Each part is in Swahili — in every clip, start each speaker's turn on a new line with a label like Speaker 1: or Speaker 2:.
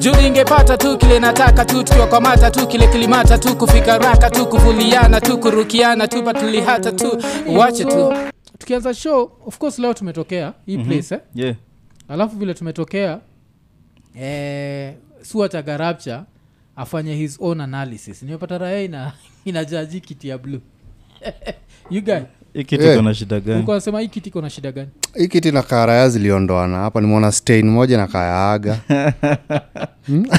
Speaker 1: juu ningepata tu kile nataka tu tukiwakwamata tu kile kilimata tu kufika raka tu kuvuliana tu kurukiana tu patulihata tu wache tu tukianza show of course leo tumetokea hii mm-hmm. place eh?
Speaker 2: yeah.
Speaker 1: alafu vile tumetokea eh, sua cha garapcha afanye his own analysis nimepata raya ina, inajaji kiti ya blue you guy
Speaker 2: ikiti
Speaker 3: Yeah.
Speaker 2: kona shida gani
Speaker 1: ulikuwa nasema hii kiti iko na shida gani
Speaker 3: hii kiti na karaya ziliondoana hapa nimeona stain moja na kayaaga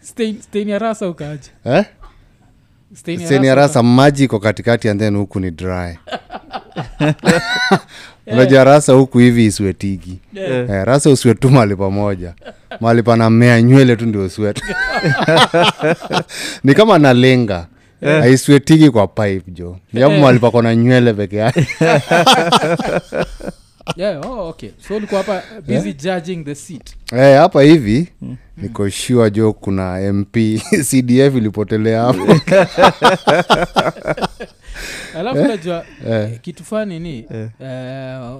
Speaker 1: stain, stain ya rasa ukaaje
Speaker 3: eh?
Speaker 1: stain
Speaker 3: stain ya rasa maji iko katikati and then huku ni dry unajua rasa huku hivi iswetigi
Speaker 2: Yeah.
Speaker 3: eh, rasa uswet tu mahali pamoja mahali panamea nywele tu ndio uswet ni kama nalenga haiswetigi kwa pipe jo yapo mahali pakona nywele peke yake
Speaker 1: yeah, oh, okay so ulikuwa hapa uh, busy judging the seat
Speaker 3: Eh, hapa hivi niko sure jo kuna mp cdf ilipotelea hapo
Speaker 1: alafu najua eh, kitu fani ni eh,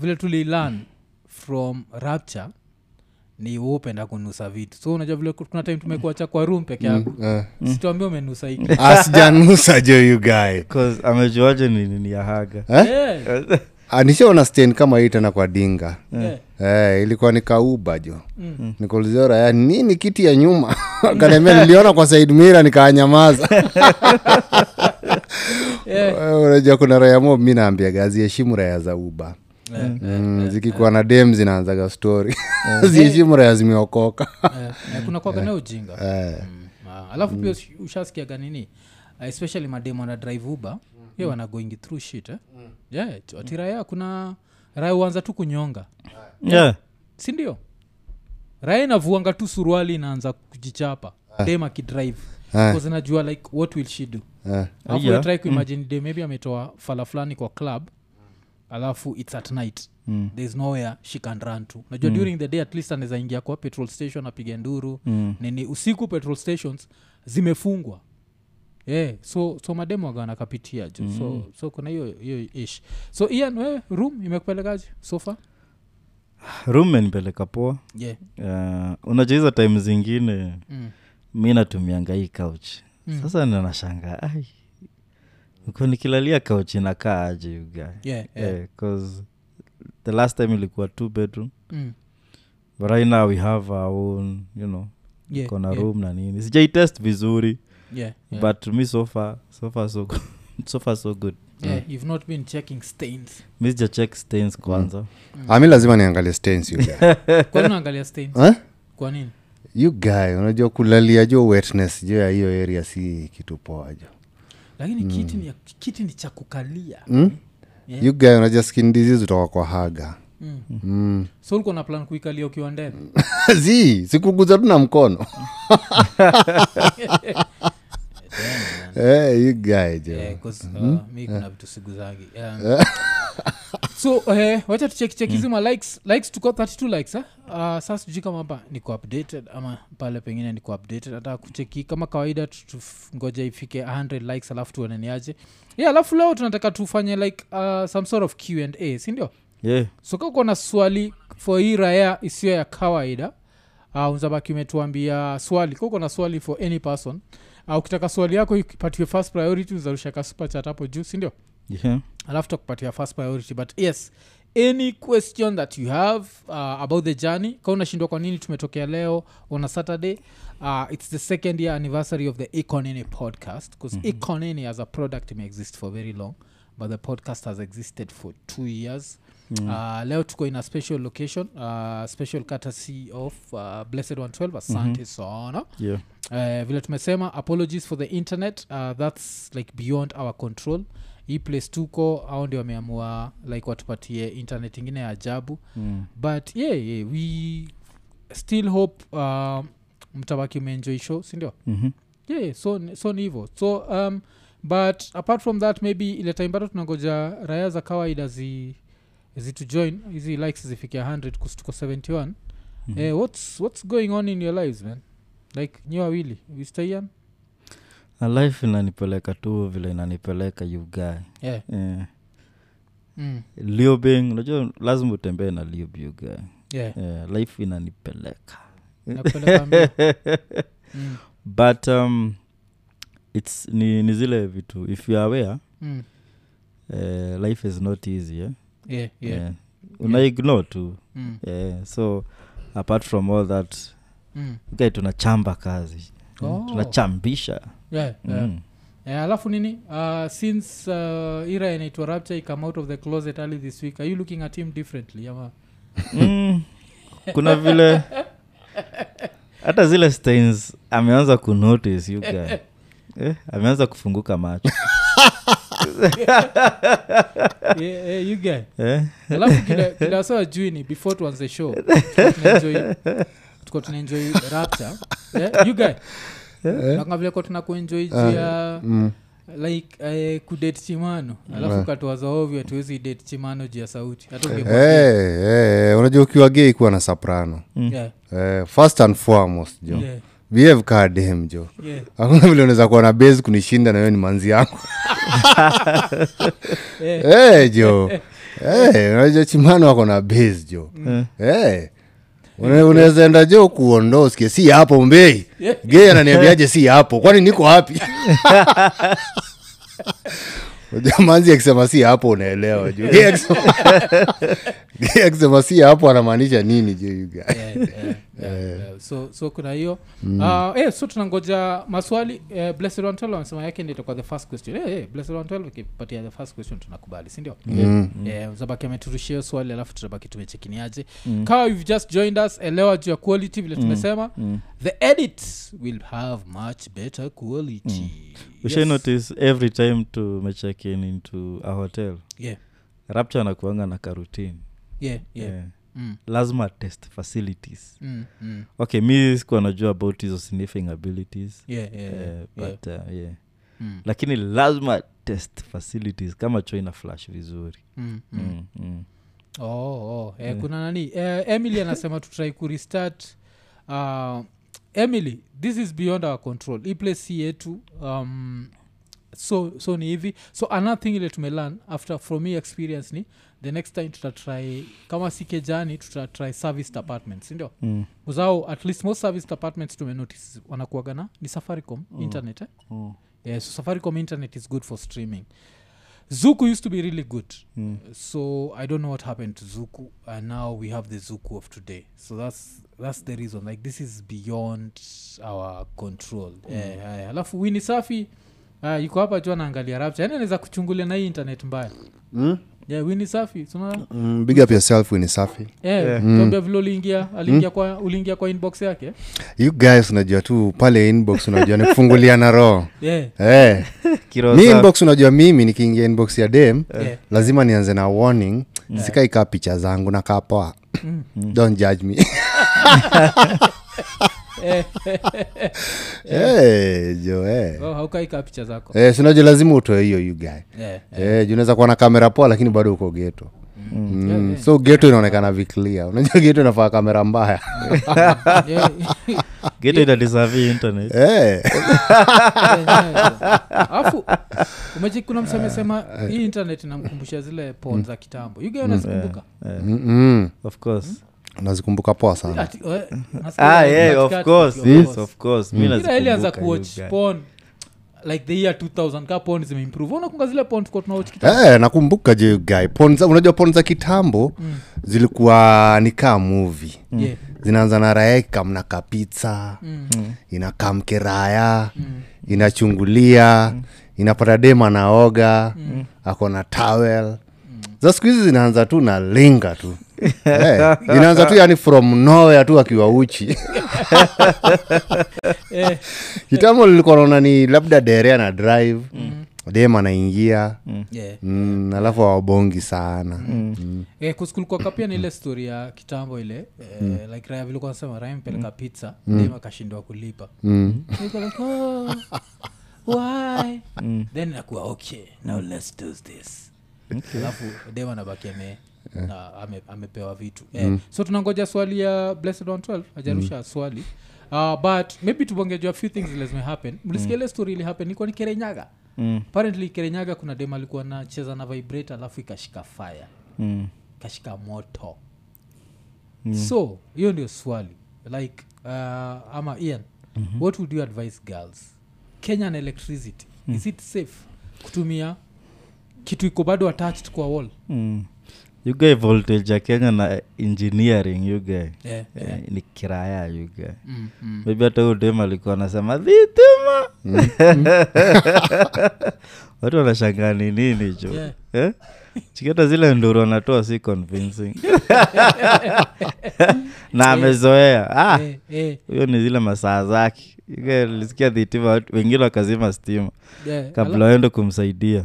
Speaker 1: vile tulilan from rapture ni wewe upenda kunusa vitu so unajua vile kuna time tumekuacha kwa room peke yako
Speaker 3: Eh.
Speaker 1: situambia umenusa hiki
Speaker 3: asijanusa Ah, jo you guy
Speaker 2: 'Cause amejuaje ni nini ya haga
Speaker 1: Eh,
Speaker 3: anishaona Ah, stain kama hii tena kwa dinga
Speaker 1: eh.
Speaker 3: Eh, ilikuwa ni kauba jo nikulizia raya nini kiti ya nyuma kanaambia niliona kwa said mira nikaanyamaza Eh, unajua kuna raya mob mi naambia gazi heshimu raya za uba Mm, zikikuwa na dem zinaanzaga stori ziheshimu raya zimeokoka
Speaker 1: Eh, eh, kuna kwagana ujinga Mm, ah, alafu pia ush- ushasikiaga nini Ah, especially mademu wana drive uber ye wana going through shit eh? yeah, tu- ati raya kuna raya huanza tu kunyonga
Speaker 2: yeah.
Speaker 1: sindio raya inavuanga tu suruali inaanza kujichapa dem akidrive najua like what will she do
Speaker 3: Eh,
Speaker 1: alafu
Speaker 2: Yeah.
Speaker 1: yeah. try kuimagine dem maybe ametoa fala fulani kwa club alafu its at night mm. thereis nowhere she can run to najua mm. during the day at least anaweza ingia kwa petrol station apiga nduru mm. nini usiku petrol stations zimefungwa yeah, so so mademu waganakapitia jo mm. so, so kuna hiyo hiyo ish so ian wewe room imekupelekaje sofa
Speaker 2: room imenipeleka poa
Speaker 1: yeah.
Speaker 2: uh, unajua hizo time zingine
Speaker 1: Mm.
Speaker 2: mi natumianga hii couch mm. sasa nanashanga ai uko nikilalia couch inakaa aje ugae
Speaker 1: Yeah, yeah.
Speaker 2: Eh, 'cause the last time ilikuwa two bedroom
Speaker 1: Mm.
Speaker 2: but right now we have our own you know
Speaker 1: Yeah,
Speaker 2: kona
Speaker 1: yeah,
Speaker 2: room na nini sijaitest vizuri
Speaker 1: yeah, yeah.
Speaker 2: but to me so far so far so good so far so good
Speaker 1: yeah, you've not been checking stains
Speaker 2: mi sijacheck stains kwanza
Speaker 3: ami Ah, lazima niangalie stains you guy
Speaker 1: kwani unaangalia stains
Speaker 3: Eh?
Speaker 1: kwa nini
Speaker 3: you guy unajua kulalia jo wetness jo ya hiyo area si kitu poa jo
Speaker 1: lakini kiti
Speaker 2: Mm.
Speaker 1: ni, kiti ni cha kukalia
Speaker 3: mm? you guy unajua skin disease utoka kwa haga
Speaker 1: Mm.
Speaker 2: Mm.
Speaker 1: so ulikuwa na plan kuikalia ukiwa ndani
Speaker 3: zi sikuguza tu na mkono Eh, you guy jo
Speaker 1: Eh, 'cause, uh, mi kuna vitu siguzangi Um, so eh, wacha tuchekicheki zima likes likes tuko 32 likes eh? uh, saa sijui kama hapa niko updated ama pale pengine niko updated hata kucheki kama kawaida tu- tu- ngoja ifike 100 likes alafu tuone niaje yeah, alafu leo tunataka tufanye like uh, some sort of qa sindio
Speaker 2: yeah
Speaker 1: sokakuwa na swali for hii raya isiyo ya kawaida uh, unzabaki umetuambia swali kuko na swali for any person uh, ukitaka swali yako ipatiwe first priority uzarushaka super chat hapo juu sindio
Speaker 2: yeah
Speaker 1: alafu takupatia first priority but yes any question that you have uh, about the journey ka unashindwa kwa nini tumetokea leo on a saturday uh, it's the second year anniversary of the econene podcast because mm-hmm. econene as a product may exist for very long but the podcast has existed for two years mm-hmm. uh, leo tuko in a special location uh, special courtesy of uh, blessed 112 asante mm-hmm. sana
Speaker 2: yeah
Speaker 1: uh, vile tumesema apologies for the internet uh, thats like beyond our control hii place tuko au ndio wameamua like watupatie internet ingine ya ajabu mm. but yeah, yeah, we still hope uh, mtabaki umeenjoy show sindio
Speaker 2: mm-hmm.
Speaker 1: yeah, so, ni- so ni hivo so um, but apart from that maybe ile time bado tunangoja raya za kawaida zi zitujoin hizi likes zifikia 100 kustuko 71 mm-hmm. eh, what's, what's going on in your lives man like nyi wawili wistaian
Speaker 2: Na life inanipeleka tu vile inanipeleka Eh, ugae
Speaker 1: yeah.
Speaker 2: yeah.
Speaker 1: mm.
Speaker 2: liobing unajua lazima utembee na liobing ugae
Speaker 1: yeah.
Speaker 2: yeah. life Eh, inanipeleka
Speaker 1: nakupeleka mbio Mm.
Speaker 2: but um, its ni, ni zile vitu if you are aware
Speaker 1: Mm.
Speaker 2: uh, life is not easy eh?
Speaker 1: Yeah, yeah.
Speaker 2: Eh, unaignore tu
Speaker 1: Mm,
Speaker 2: eh, so apart from all that
Speaker 1: mm.
Speaker 2: okay, tunachamba kazi
Speaker 1: Oh.
Speaker 2: tunachambisha
Speaker 1: Yeah, yeah.
Speaker 2: Mm.
Speaker 1: Eh, alafu nini uh, since uh, ira inaitwa rapture ikame out of the closet early this week are you looking at him differently ama
Speaker 2: Mm, kuna vile hata zile stains ameanza kunotice you guy. Eh, ameanza kufunguka macho
Speaker 1: yeah, yeah, you guy
Speaker 2: eh?
Speaker 1: alafu kila- kila saa jui ni before tuanze show tulikuwa tunaenjoy- tulikuwa tunaenjoy rapture Eh, you guy
Speaker 3: Eh?
Speaker 1: Nakumbuka vile kuwa tunakuenjoy
Speaker 3: Ah,
Speaker 1: juu ya
Speaker 3: mm.
Speaker 1: like eh, kudate chimano alafu katuwaza ovyo hatuwezi date chimano juu ya sauti hata ungemwambia-
Speaker 3: Eh. Eh, eh, unajua ukiwa gei kuwa na soprano
Speaker 1: Yeah,
Speaker 3: eh, first and foremost jo
Speaker 1: yeah,
Speaker 3: behave kaa dem jo
Speaker 1: yeah.
Speaker 3: hakuna vile unaweza kuwa na base kunishinda na wewe ni manzi yangu
Speaker 1: Eh.
Speaker 3: Eh, jo Eh, unajua chimano wako na base jo Eh. Una- unaweza enda jo kuondoa usikie si hapo mbei gei ananiambiaje si hapo kwani niko wapi Unajua manzi akisema si hapo unaelewa jo Gay akisema- Gay akisema si hapo anamaanisha nini jo you guy?
Speaker 1: Yeah, yeah,
Speaker 2: Eh.
Speaker 1: yeah, yeah. eh, so so kuna hiyo
Speaker 2: Mm.
Speaker 1: Ah, eh, so tunangoja maswali eh, blessed Wantelo amesema yake ndio itakuwa the first question eh, eh, blessed Wantelo ukipatia the first question tunakubali sindio
Speaker 2: Mm.
Speaker 1: Eh, utabaki ameturushia hiyo swali alafu tutabaki tumechekiniaje
Speaker 2: Mm.
Speaker 1: kaa you've just joined us elewa juu ya quality vile tumesema
Speaker 2: Mm.
Speaker 1: the edit will have much better quality
Speaker 2: You
Speaker 1: Yes.
Speaker 2: should Mm. notice every time tumecheck in into a hotel
Speaker 1: yeah.
Speaker 2: rapture anakuanga na karutini
Speaker 1: Yeah, yeah. Mm,
Speaker 2: lazima test facilities
Speaker 1: mm, mm.
Speaker 2: okay mi sikuwa najua about hizo sniffing abilities
Speaker 1: Yeah, yeah,
Speaker 2: eh,
Speaker 1: yeah, yeah.
Speaker 2: but uh, yeah.
Speaker 1: Mm,
Speaker 2: lakini lazima test facilities kama cho ina flash vizuri
Speaker 1: mm, mm.
Speaker 2: mm. Mm.
Speaker 1: oh, oh. Eh, kuna nani eh, emily anasema tutrai kurestart uh, emily this is beyond our control hii place si yetu um, so, so ni hivi so another thing ile tumelearn after from hii experience ni the next time tutatry kama si kejani tutatry service department sindio
Speaker 2: Mm.
Speaker 1: uzao at least most service departments tumenotice wanakuagana ni safaricom internet eh?
Speaker 2: Mm.
Speaker 1: yeah, so safaricom internet is good for streaming zuku used to be really good
Speaker 3: Hmm.
Speaker 1: mm. so i don't know what happened to zuku and now we have the zuku of today so that's that's the reason like this is beyond our control
Speaker 3: Hmm.
Speaker 1: mm. eh, alafu wini safi uh, iko hapa jua naangalia rapcha yani Yaani anaweza kuchungulia na hii internet mbaya
Speaker 3: Mm?
Speaker 1: yeah, wini safi suna
Speaker 3: Mm, big up yourself Winnie safi
Speaker 1: eh, tuambia vile uliingia aliingia
Speaker 3: Hmm?
Speaker 1: kwa uliingia kwa inbox
Speaker 3: Eh.
Speaker 1: yake
Speaker 3: you guys unajua tu pale inbox unajua ni kufungulia na roho
Speaker 1: yeah.
Speaker 3: Eh,
Speaker 2: Kiro
Speaker 3: mi
Speaker 2: safi.
Speaker 3: inbox unajua mimi nikiingia inbox ya dem
Speaker 1: Yeah.
Speaker 3: lazima nianze na warning sikaikaa picha zangu na kaa poa don't judge me
Speaker 1: eh,
Speaker 3: Eh, jo eh.
Speaker 1: oh, haukaikaa picha zako
Speaker 3: Eh, si unajua lazima utoe hiyo you guy
Speaker 1: yeah.
Speaker 3: Eh, juu unaweza kuwa na kamera poa lakini bado uko geto Mm, so geto inaonekana viklia unajua geto inafaa kamera mbaya
Speaker 1: Yeah.
Speaker 2: Get it at the survey internet
Speaker 3: Eh,
Speaker 1: alafu umeji kuna
Speaker 2: Ah,
Speaker 1: msemesema
Speaker 2: eh.
Speaker 1: hii internet inamkumbusha zile pon
Speaker 2: Mm.
Speaker 1: za kitambo yuga unazikumbuka
Speaker 3: mm-mm.
Speaker 2: of course
Speaker 3: unazikumbuka poa sana
Speaker 1: Ati- eh, nasikia
Speaker 2: ah
Speaker 1: like
Speaker 2: yeah
Speaker 1: katikati,
Speaker 2: of course
Speaker 1: of
Speaker 2: yes
Speaker 1: course.
Speaker 2: of course mi
Speaker 1: Hmm. Kila ilianza
Speaker 2: nazikumbuka you
Speaker 1: kuwatch
Speaker 2: guy.
Speaker 1: pon like the year 2000 ka pon zimeimprove unakunga zile pon tuko tunawatch kitambo
Speaker 3: Eh, nakumbuka je guy Porn za- unajua pon za kitambo zilikuwa ni kaa muvi
Speaker 2: Mm.
Speaker 1: yeah.
Speaker 3: zinaanza na raeka mna kapitsa inakaa mkeraya inachungulia inapata dem anaoga ako na towel za siku hizi zinaanza tu na linga tu Eh, inaanza tu yani from nowhere tu akiwa uchi
Speaker 1: eh,
Speaker 3: kitambo lilikuwa naona ni labda derea na drive dem anaingia
Speaker 1: yeah.
Speaker 3: mm, alafu awabongi sana Mm.
Speaker 1: eh, kuskulikuwaka pia na ile story ya kitambo ile eh, like raya vilikuwa nasema raya mpeleka pizza dem akashindwa kulipa Niko like, oh, why then nakuwa okay now let's do this alafu dem anabaki ame na ame, amepewa vitu eh, so tunangoja swali ya blessed 112 ajarusha swali uh, but maybe tubongejua few things zile zimehappen mlisikia ile story ilihappen ilikuwa ni kerenyaga mm. apparently kerenyaga kuna dem alikuwa anacheza na vibrator alafu ikashika fire
Speaker 2: Mm.
Speaker 1: kashika moto mm. so hiyo ndio swali like uh, ama ian mm-hmm. what would you advise girls kenyan electricity mm. is it safe kutumia kitu iko bado attached kwa wall
Speaker 2: mm. you guy voltage ya kenya na engineering you guy
Speaker 1: yeah.
Speaker 2: Eh, ni kiraya you guy
Speaker 1: mm, mm.
Speaker 2: maybe hata huyo dem alikuwa anasema dhitima
Speaker 1: Hmm.
Speaker 2: watu wanashangaa ni nini cho
Speaker 1: Yeah.
Speaker 2: eh? chiketa zile nduru anatoa si convincing na amezoea ah,
Speaker 1: Eh, eh,
Speaker 2: huyo ni zile masaa zake lisikia dhitima watu- wengine wakazima stima
Speaker 1: eh,
Speaker 2: kabla waende kumsaidia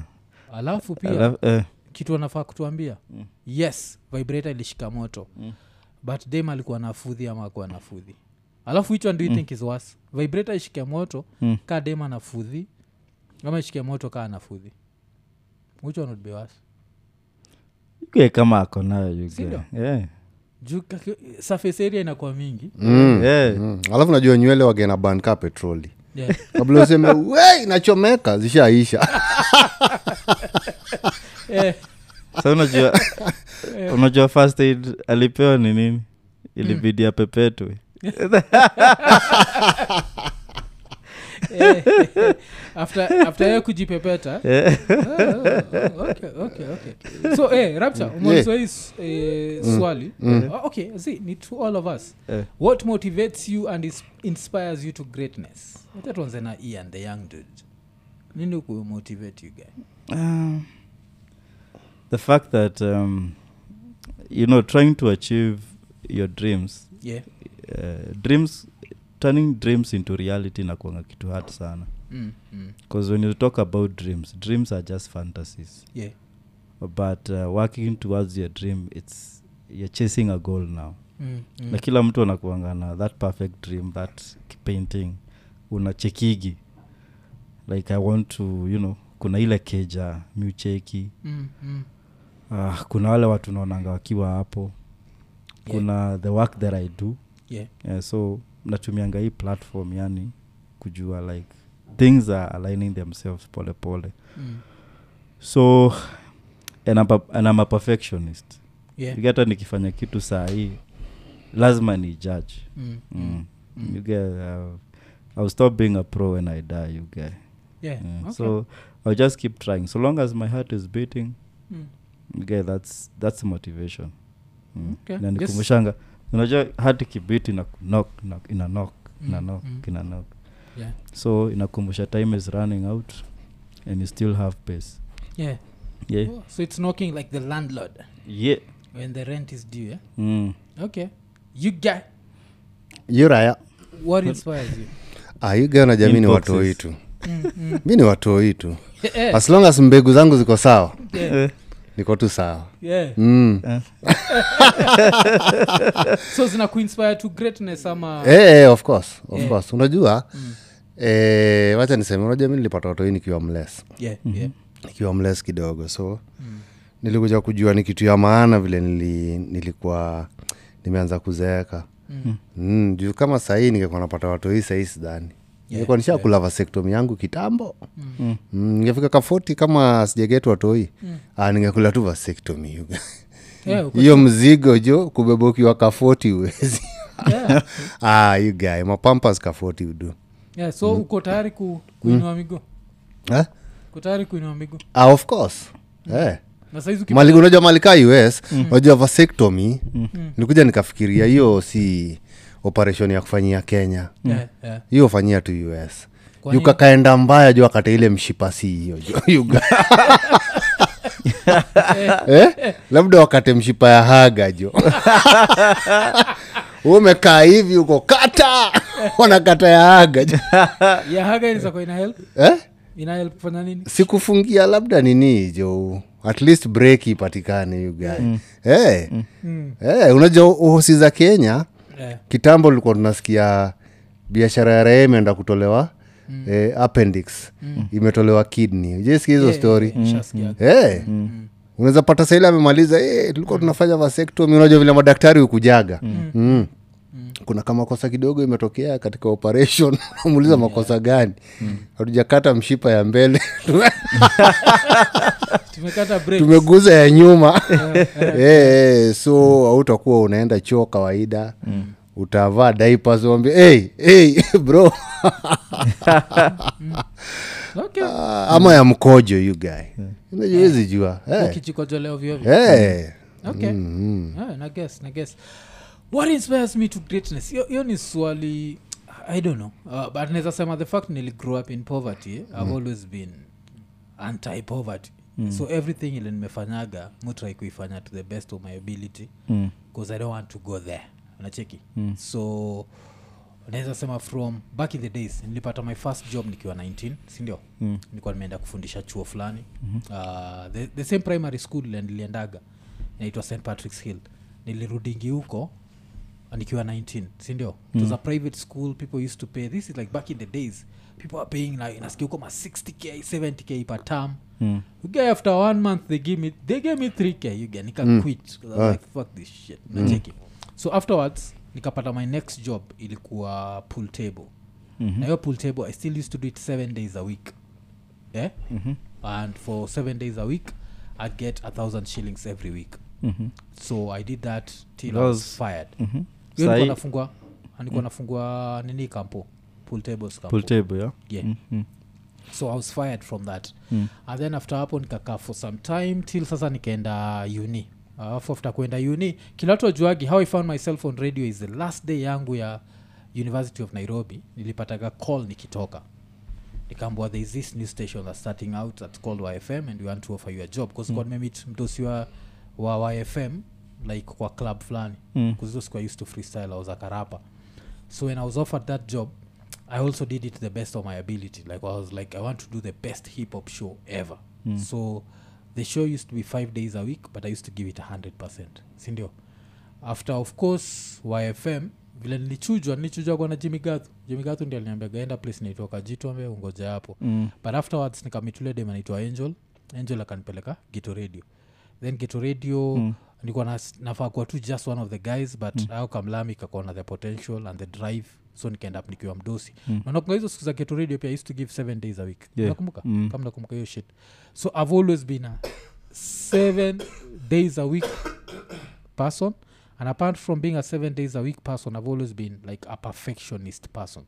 Speaker 1: ala- alafu pia
Speaker 2: Alafu, eh,
Speaker 1: kitu wanafaa kutuambia mm. yes vibrator ilishika moto mm. but dem alikuwa nafudhi ama akuwa nafudhi alafu which one do you mm. think is worse vibrator ishike moto mm. ka dem anafudhi ama ishike moto ka anafudhi which one would be worse
Speaker 2: you guy kama ako nayo you guy.
Speaker 1: Sindio?
Speaker 2: Yeah.
Speaker 1: juu kaki- surface area inakuwa mingi
Speaker 3: mm.
Speaker 2: Yeah.
Speaker 3: mm. alafu najua nywele wagena banka petroli
Speaker 1: yeah.
Speaker 3: kabla useme we inachomeka zishaisha
Speaker 1: eh,
Speaker 2: sa unajua unajua first aid alipewa ni nini ilibidi apepetwe
Speaker 1: after after yeye kujipepeta
Speaker 2: Eh.
Speaker 1: Oh, okay, okay, okay. so eh, rapture
Speaker 2: Mm.
Speaker 1: umeuliza hii s- eh, swali
Speaker 3: Mm.
Speaker 1: Oh, okay see ni to all of us
Speaker 2: Eh.
Speaker 1: what motivates you and is, inspires you to greatness Wacha tuanze na ian the young dude nini kumotivate you guy
Speaker 2: Um, the fact that um, you know trying to achieve your dreams
Speaker 1: yeah
Speaker 2: uh, dreams turning dreams into reality nakuanga kitu hard sana
Speaker 1: mm, mm,
Speaker 2: because when you talk about dreams dreams are just fantasies
Speaker 1: yeah
Speaker 2: but uh, working towards your dream it's you're chasing a goal now
Speaker 1: mm, mm,
Speaker 2: na kila mtu anakuanga na that perfect dream that painting unachekigi like i want to you know kuna ile keja miucheki
Speaker 1: mm, mm.
Speaker 2: uh, kuna wale watu naonanga wakiwa hapo kuna yeah. the work that i do
Speaker 1: yeah
Speaker 2: yeah, so natumianga hii platform yani kujua like things are aligning themselves polepole pole.
Speaker 1: mm,
Speaker 2: so and I'm, a- and I'm a perfectionist
Speaker 1: yeah
Speaker 2: yeah. hata nikifanya kitu saa hii lazima ni judge
Speaker 1: mm,
Speaker 2: Mm. You get, uh, I'll stop being a pro when I die, you get.
Speaker 1: yeah
Speaker 2: Yeah.
Speaker 1: okay.
Speaker 2: Mm, So I'll just keep trying. So long as my heart is beating,
Speaker 1: Mm.
Speaker 2: you get, that's that's the motivation. Mm.
Speaker 1: Okay.
Speaker 2: Na
Speaker 1: Just-
Speaker 2: nikumbushanga, unajua heart ikibit ina knock, knock, ina knock, ina
Speaker 1: Mm,
Speaker 2: knock,
Speaker 1: mm.
Speaker 2: ina knock.
Speaker 1: yeah
Speaker 2: So inakumbusha time is running out and you still have pace.
Speaker 1: yeah
Speaker 2: Yeah.
Speaker 1: Oh, so it's knocking like the landlord
Speaker 2: Yeah.
Speaker 1: when the rent is due eh? yeah?
Speaker 2: Mm.
Speaker 1: okay you guy
Speaker 3: yuraya
Speaker 1: what inspires you
Speaker 3: Ah, ayugana jamii ni
Speaker 2: Inboxes.
Speaker 3: watoi tu mi ni watoi tu
Speaker 1: Eh, eh,
Speaker 3: as long as mbegu zangu ziko sawa
Speaker 1: yeah,
Speaker 2: Eh.
Speaker 3: niko tu sawa
Speaker 1: yeah.
Speaker 3: mm.
Speaker 1: so zina kuinspire to greatness ama
Speaker 3: eh, eh, of course, of course. unajua eh, wacha niseme unajua mi nilipata watoi nikiwa mles
Speaker 1: yeah, yeah.
Speaker 3: nikiwa mles kidogo so mm. nilikuja kujua ni kitu ya maana vile nili, nilikuwa nimeanza kuzeeka mm. mm, juu kama sahii ningekuwa napata watu hii sahii sidhani nilikuwa nishakula vasektomi yangu kitambo mm. mm, ningefika kafoti kama sijagetu watoi mm. ningekula tu vasektomi
Speaker 1: Yeah, uko-
Speaker 3: hiyo mzigo jo kubeba ukiwa kafoti uwezi ah, you guy mapampas kafoti udu
Speaker 1: yeah, so uko tayari ku,
Speaker 3: Mm-hmm.
Speaker 1: kuinua miguu
Speaker 3: eh?
Speaker 1: uko tayari kuinua miguu
Speaker 3: ah, of course eh.
Speaker 1: na saizi uki-
Speaker 3: Mali- unajua malika us unajua vasectomy nilikuja nikafikiria hiyo si operation ya kufanyia kenya
Speaker 1: yeah, yeah.
Speaker 3: hiyo fanyia tu us
Speaker 1: Kwa nini?
Speaker 3: yukakaenda mbaya juu akata ile mshipa si hiyo juu Uga- eh? labda wakate mshipa ya haga jo umekaa hivi uko kata wanakata ya haga jo
Speaker 1: yeah, haga inaweza kuwa ina help
Speaker 3: eh?
Speaker 1: ina help kufanya nini
Speaker 3: sikufungia labda nini jo at least break ipatikane you guy mm. hey. mm. hey, unajua uhosi za kenya
Speaker 1: yeah.
Speaker 3: kitambo likuwa tunasikia biashara ya raha imeenda kutolewa mm. eh, appendix mm. imetolewa kidney ujaisikia hizo
Speaker 1: Yeah,
Speaker 3: story
Speaker 1: yeah, nishasikia.
Speaker 3: hey. mm unaweza pata saili amemaliza eh, tulikuwa tunafanya vasectomy unajua vile madaktari hukujaga mm. Mm. kuna kama kosa kidogo imetokea katika operation unamuuliza makosa gani hatujakata mshipa ya mbele
Speaker 1: tumekata break
Speaker 3: tumeguza ya nyuma Eh, eh, so hautakuwa unaenda choo kawaida utavaa diapers wambie hey, hey, bro
Speaker 1: okay
Speaker 3: Ah, ama ya mkojo you guy Unajua huwezi jua Eh,
Speaker 1: ukijikojolea ovyo ovyo
Speaker 3: eh. Mm-hmm.
Speaker 1: okay yeah, Eh, na guess na guess what inspires me to greatness Hiyo- hiyo ni swali i don't know uh, but naweza sema the fact nili grow up in poverty i've always been anti poverty so everything ile nimefanyaga mutrai kuifanya to the best of my ability
Speaker 2: Mm.
Speaker 1: because i don't want to go there nacheki so naweza sema from back in the days nilipata my first job nikiwa 19 sindio mm. nilikuwa nimeenda kufundisha chuo fulani mm-hmm. uh, the, the same primary school ile niliendaga inaitwa st patrick's hill nilirudingi huko nikiwa 19 sindio mm. it was a private school people used to pay this is like back in the days people are paying like inasikia huko ma 60k 70k per term mm. okay, after one month they give me they gave me 3k you get nika mm. quit 'cause I was like fuck this shit nacheki so afterwards nikapata my next job ilikuwa pool table mm-hmm. na hiyo pool table i still used to do it seven days a week yeah? mm-hmm. and for seven days a week i'd get a thousand shillings every week mm-hmm. so i did that till I was
Speaker 2: Those-
Speaker 1: fired Hiyo nilikuwa
Speaker 2: Sahi-
Speaker 1: nafungua nilikuwa nafungua nini kampo pool tables kampo
Speaker 2: pool table yeah?
Speaker 1: yeah so i was fired from that Mm-hmm. mm. and then after hapo nikakaa for some time till sasa nikaenda uni alafu after kuenda uni kila watu wajuagi how i found myself on radio is the last day yangu ya university of nairobi nilipataga call nikitoka nikaambua there is this new station that's starting out that's called yfm and we want to offer you a job because mm. memit mdosi wa, wa yfm like kwa club fulani kuzosiku used to freestyle i was a karapa so when i was offered that job i also did it to the best of my ability like i was like i want to do the best hip hop show ever mm. so the show used to be five days a week but i used to give it 100 sindio after of course yfm vile nilichujwa nilichujwa kwa na jimigathu jimigathu ndi aliniambiaga enda place naitwa kajitu ambe ungoja hapo mm. but afterwards nikamitule dem anaitwa angel angel akanipeleka gito radio then gito radio mm nilikuwa nas- nafaa kuwa tu just one of the guys but mm. au kamlami kakona the potential and the drive so nikaenda up nikiwa mdosi mm. nakumbuka hizo siku za keto radio pia I used to give seven days a week
Speaker 2: Yeah.
Speaker 1: nakumbuka mm. kama nakumbuka hiyo shit so i've always been a seven days a week person and apart from being a seven days a week person i've always been like a perfectionist person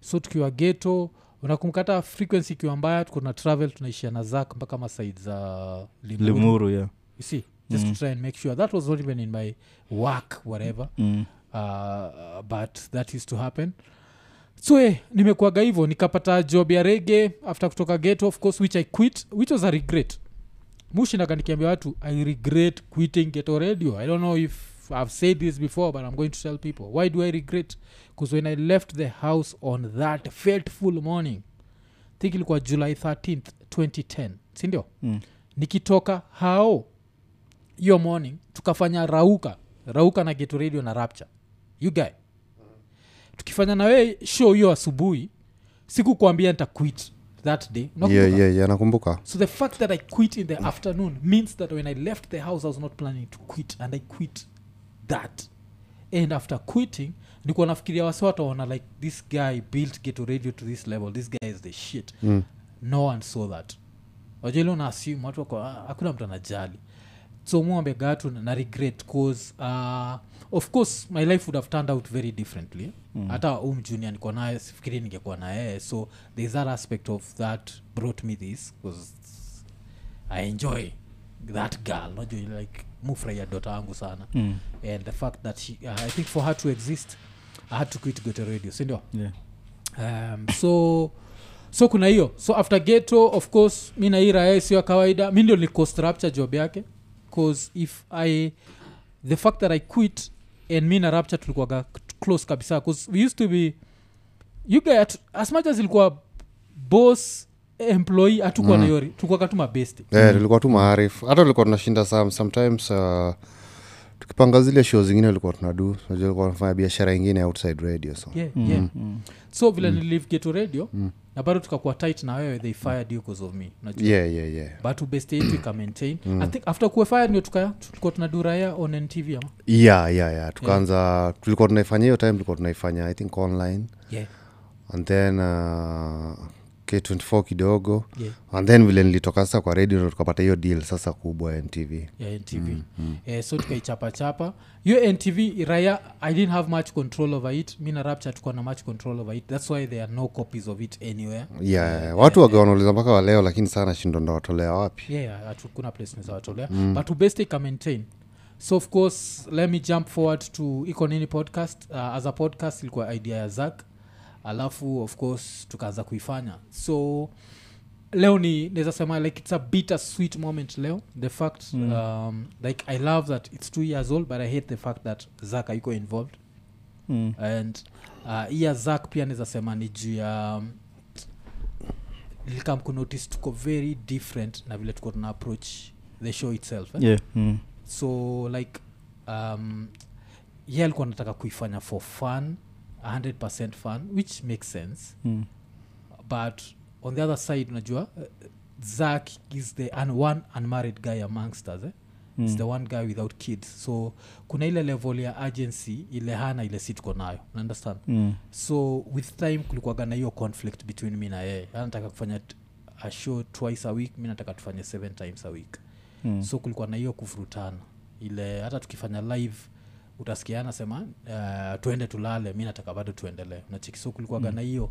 Speaker 1: so tukiwa geto unakumkata frequency ikiwa mbaya tuko tuna travel tunaishia na zak mpaka masaid za limuru,
Speaker 2: limuru yeah
Speaker 1: you see just to try and make sure that was not even in my work whatever mm. uh, but that used to happen so eh, nimekuaga hivyo nikapata job ya rege after kutoka gate of course which i quit which was a regret mushindaga nikiambia watu i regret quitting geto radio i don't know if i've said this before but i'm going to tell people why do i regret because when i left the house on that fateful morning think ilikuwa july 13th 2010 sindio mm. nikitoka hao hiyo morning tukafanya rauka rauka na geto radio na rapture you guy tukifanya na wee show hiyo asubuhi sikukuambia nita quit that day Unakumbuka?
Speaker 3: yeah, yeah, yeah, nakumbuka
Speaker 1: So the fact that I quit in the afternoon means that when I left the house, I was not planning to quit, and I quit that. And after quitting, nilikuwa nafikiria wasi wataona like this guy built geto radio to this level. This guy is the shit. No one saw that. Wajelo na assume watu wako "Ah, hakuna mtu anajali. So muombe gatu na- na regret cause uh, of course my life would have turned out very differently. Hata um junior niko naye sifikiri ningekuwa na yeye. So there's that aspect of that brought me this cause i enjoy that girl najua like mufurahia dota yangu sana mm. and the fact that she, uh, i think for her to exist i had to quit goto radio sindio
Speaker 2: yeah
Speaker 1: um, so so kuna hiyo so after geto of course mi naira yeye sio ya kawaida mi ndio nilikostrapture job yake bcause if i the fact that i quit and mi na rapture tulikuwaga close kabisa bcause we used to be you guy hatu- as much as ilikuwa boss employee hatukuwa mm. na yori tulikuwaga tu mabesti
Speaker 3: Eh, tulikuwa tu maarifu hata tulikuwa tunashinda sam sometimes uh, tukipanga zile show zingine tulikuwa tunadu Unajua tulikuwa tunafanya biashara ingine outside radio so
Speaker 1: yeah, yeah. so vile mm. nilivgeto radio na bado tukakuwa tight na wewe they fired you cause of me Unajua.
Speaker 3: yeah, yeah, yeah.
Speaker 1: but ubeste yetu ikamaintain i think after kuefire ndio tuka- tulikuwa tunaduraya on ntv ama
Speaker 3: yeah, yeah, yeah. tukaanza tulikuwa tunaifanya hiyo time tulikuwa tunaifanya i think online
Speaker 1: yeah.
Speaker 3: and then uh, k24 kidogo
Speaker 1: Yeah.
Speaker 3: and then vile nilitoka sasa kwa radio ndo tukapata hiyo deal sasa kubwa ya ntv
Speaker 1: ya ntv eh, so tukaichapachapa hiyo ntv raya i didn't have much control over it mi na rapture tukuwa na much control over it thats why there are no copies of it anywhere
Speaker 3: yeah, watu waga wanauliza mpaka waleo lakini saa nashindo ndawatolea wapi
Speaker 1: yeah hatu- kuna place nizawatolea mm. but ubeste ikamaintain so of course let me jump forward to iko nini podcast uh, as a podcast ilikuwa idea ya zak alafu of course tukaanza kuifanya so leo ni naweza sema like it's a bitter sweet moment leo the fact mm. um, like i love that it's two years old but i hate the fact that zak aiko involved
Speaker 2: Mm.
Speaker 1: and uh, iya zak pia naweza sema ni juu ya um, nilikam kunotice tuko very different na vile tuko tuna approach the show itself eh?
Speaker 2: yeah. mm.
Speaker 1: so like um, ye alikuwa nataka kuifanya for fun 100 fun which makes sense
Speaker 2: Mm.
Speaker 1: but on the other side unajua uh, zak is the un one unmarried guy amongst us eh? mm. is the one guy without kids so kuna ile level ya agency ile hana ile si tuko nayo naundestand
Speaker 2: Mm.
Speaker 1: so with time kulikuwaga na hiyo conflict between mi na yeye anataka kufanya t- a show twice a week mi nataka tufanye seven times a week mm. so kulikuwa na hiyo kufurutana ile hata tukifanya live utasikia anasema uh, tuende tulale mi nataka bado tuendelee nacheki so kulikuwaga mm. na hiyo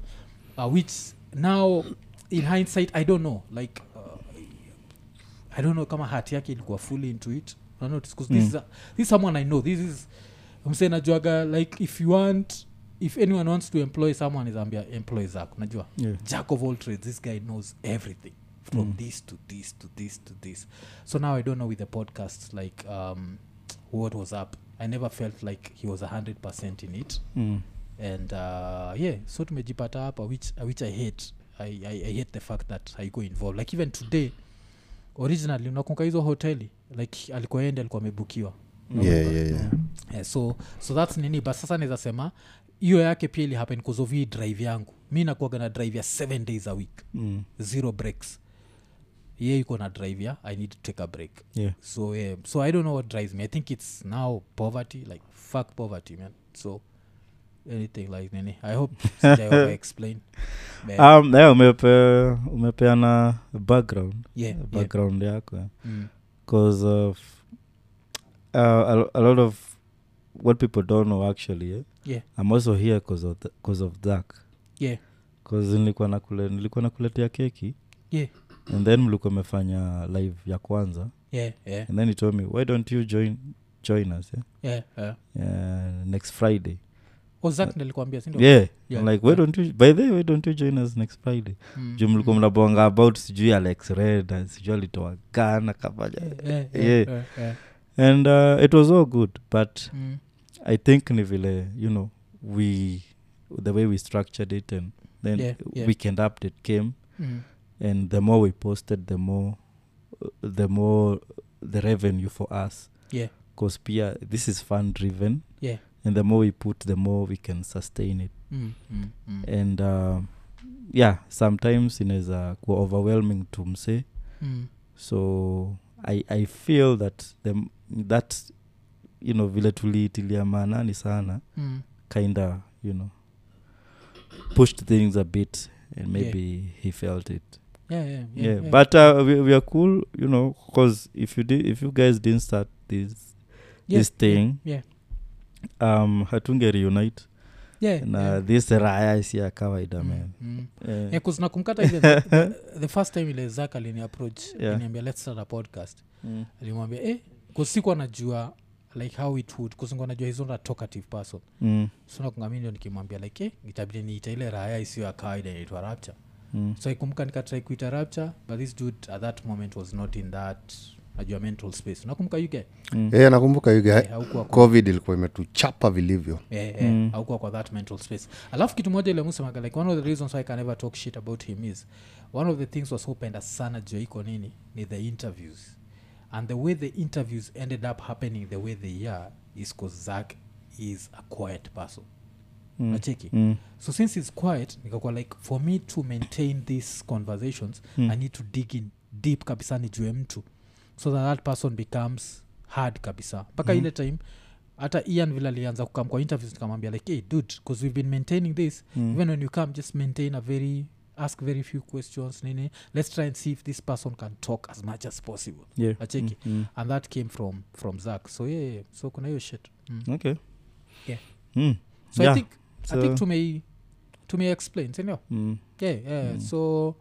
Speaker 1: uh, which now in hindsight i don't know like uh, i don't know kama hati yake ilikuwa fully into it I don't know, 'cause this, is a, this is someone i know this is mse najuaga like if you want if anyone wants to employ someone izambia employ zako najua
Speaker 2: Yeah.
Speaker 1: jack of all trades this guy knows everything from
Speaker 3: Mm.
Speaker 1: this to this to this to this so now i don't know with the podcast like um, what was up i never felt like he was 100 in it
Speaker 2: Mm.
Speaker 1: and uh, yeah so tumejipata hapa which, which i hate I, I, i hate the fact that haiko involved like even today originally unakunka hizo hoteli like alikuwa ende alikuwa amebukiwa
Speaker 3: yeah, yeah, yeah.
Speaker 1: yeah, so so thats nini but sasa naweza sema hiyo yake pia ilihapen kuzovii drive yangu mi nakuaga na drive ya seven days a week
Speaker 2: Mm.
Speaker 1: zero breaks ye iko na drive ya i need to take a break
Speaker 2: Yeah.
Speaker 1: so yeah, so i don't know what drives me i think it's now poverty like fuck poverty man so anything like nini i hope sijai explain
Speaker 2: Um, yeah, umepe, umepeana background
Speaker 1: yeah, yeah.
Speaker 2: background yako eh.
Speaker 1: Mm,
Speaker 2: because of uh, a, a lot of what people don't know actually eh?
Speaker 1: yeah,
Speaker 2: i'm also here because of, th- 'cause of that
Speaker 1: yeah,
Speaker 2: bcause nilikuwa nakule, nilikuwa nakuletea keki
Speaker 1: yeah,
Speaker 2: and then mlikuwa amefanya live ya kwanza
Speaker 1: yeah, yeah,
Speaker 2: and then he told me why don't you join, join us eh?
Speaker 1: yeah, yeah.
Speaker 2: uh, next friday
Speaker 1: Oh, Zack nilikuambia, si ndio?
Speaker 2: yeah,
Speaker 1: Yeah.
Speaker 2: I'm like why don't you by the way why don't you join us next friday
Speaker 1: Mm,
Speaker 2: juu mlikuwa mnabonga about sijui alex red sijui alitoa gana kafanya
Speaker 1: yeah, yeah,
Speaker 2: yeah.
Speaker 1: yeah, yeah.
Speaker 2: and uh, it was all good but
Speaker 1: Mm,
Speaker 2: i think ni vile you know we the way we structured it and then
Speaker 1: Yeah, yeah.
Speaker 2: weekend update came
Speaker 1: mm,
Speaker 2: and the more we posted the more the more the revenue for us
Speaker 1: yeah,
Speaker 2: because pia this is fun driven
Speaker 1: yeah,
Speaker 2: and the more we put the more we can sustain it
Speaker 1: mm, mm, mm,
Speaker 2: and uh, yeah sometimes inaweza kuwa overwhelming to msee
Speaker 1: mm,
Speaker 2: so i, I feel that the, m- that you know vile tuliitilia maanani sana
Speaker 1: mm.
Speaker 2: kinda you know pushed things a bit and
Speaker 1: Yeah.
Speaker 2: maybe he felt it
Speaker 1: Yeah, yeah,
Speaker 2: yeah,
Speaker 1: yeah, yeah.
Speaker 2: but uh, we, we are cool you know because if you did, if you guys didn't start this
Speaker 1: Yeah,
Speaker 2: this thing
Speaker 1: yeah,
Speaker 2: um hatunge reunite
Speaker 1: yeah,
Speaker 2: na
Speaker 1: yeah.
Speaker 2: this raya is ya kawaida
Speaker 1: Mm,
Speaker 2: man
Speaker 1: mm.
Speaker 2: Eh,
Speaker 1: Yeah, 'cause nakumkata ile the, the- the first time ile zak aliniapproach
Speaker 2: Yeah.
Speaker 1: aliniambia let's start a podcast
Speaker 2: mm,
Speaker 1: alimwambia eh, kusikwa najua like how it would kusikwa najua hizo ndo a talkative person
Speaker 2: mm,
Speaker 1: sonakungamindio nikimwambia like eh, itabidi niita ile raya isiyo ya kawaida inaitwa rapture
Speaker 2: mm,
Speaker 1: so ikumbuka nikatrai kuita rapture but this dude at that moment was not in that najua mental space unakumbuka yuge
Speaker 3: Mm. yeah, Eh, nakumbuka yuga
Speaker 1: yeah, aukuwa kwa,
Speaker 3: covid ilikuwa imetuchapa vilivyo
Speaker 1: yeah, yeah, mm. aukuwa kwa that mental space alafu kitu moja ile musemaga like one of the reasons why i can never talk shit about him is one of the things wasopenda sana juu ya iko nini ni the interviews and the way the interviews ended up happening the way they are is cause zak is a quiet person mm. nacheki
Speaker 2: mm,
Speaker 1: so since it's quiet nikakuwa like for me to maintain these conversations
Speaker 2: Hmm.
Speaker 1: mm. i need to dig in deep kabisa nijue mtu so that that person becomes hard kabisa mpaka
Speaker 2: Hmm.
Speaker 1: mm. ile time hata ian vile alianza
Speaker 2: Hmm.
Speaker 1: kukam kwa interviews nikamwambia like hey dude because we've been maintaining this mm. even when you come just maintain a very ask very few questions nini let's try and see if this person can talk as much as possible
Speaker 2: Yeah.
Speaker 1: acheki and that came from from zak so yeah, yeah, yeah. so kuna hiyo shit mm.
Speaker 2: okay
Speaker 1: Yeah.
Speaker 2: mm.
Speaker 1: so
Speaker 2: yeah.
Speaker 1: i think i think
Speaker 2: so-
Speaker 1: tumei tumei explain sindio
Speaker 2: mm.
Speaker 1: yeah, yeah. so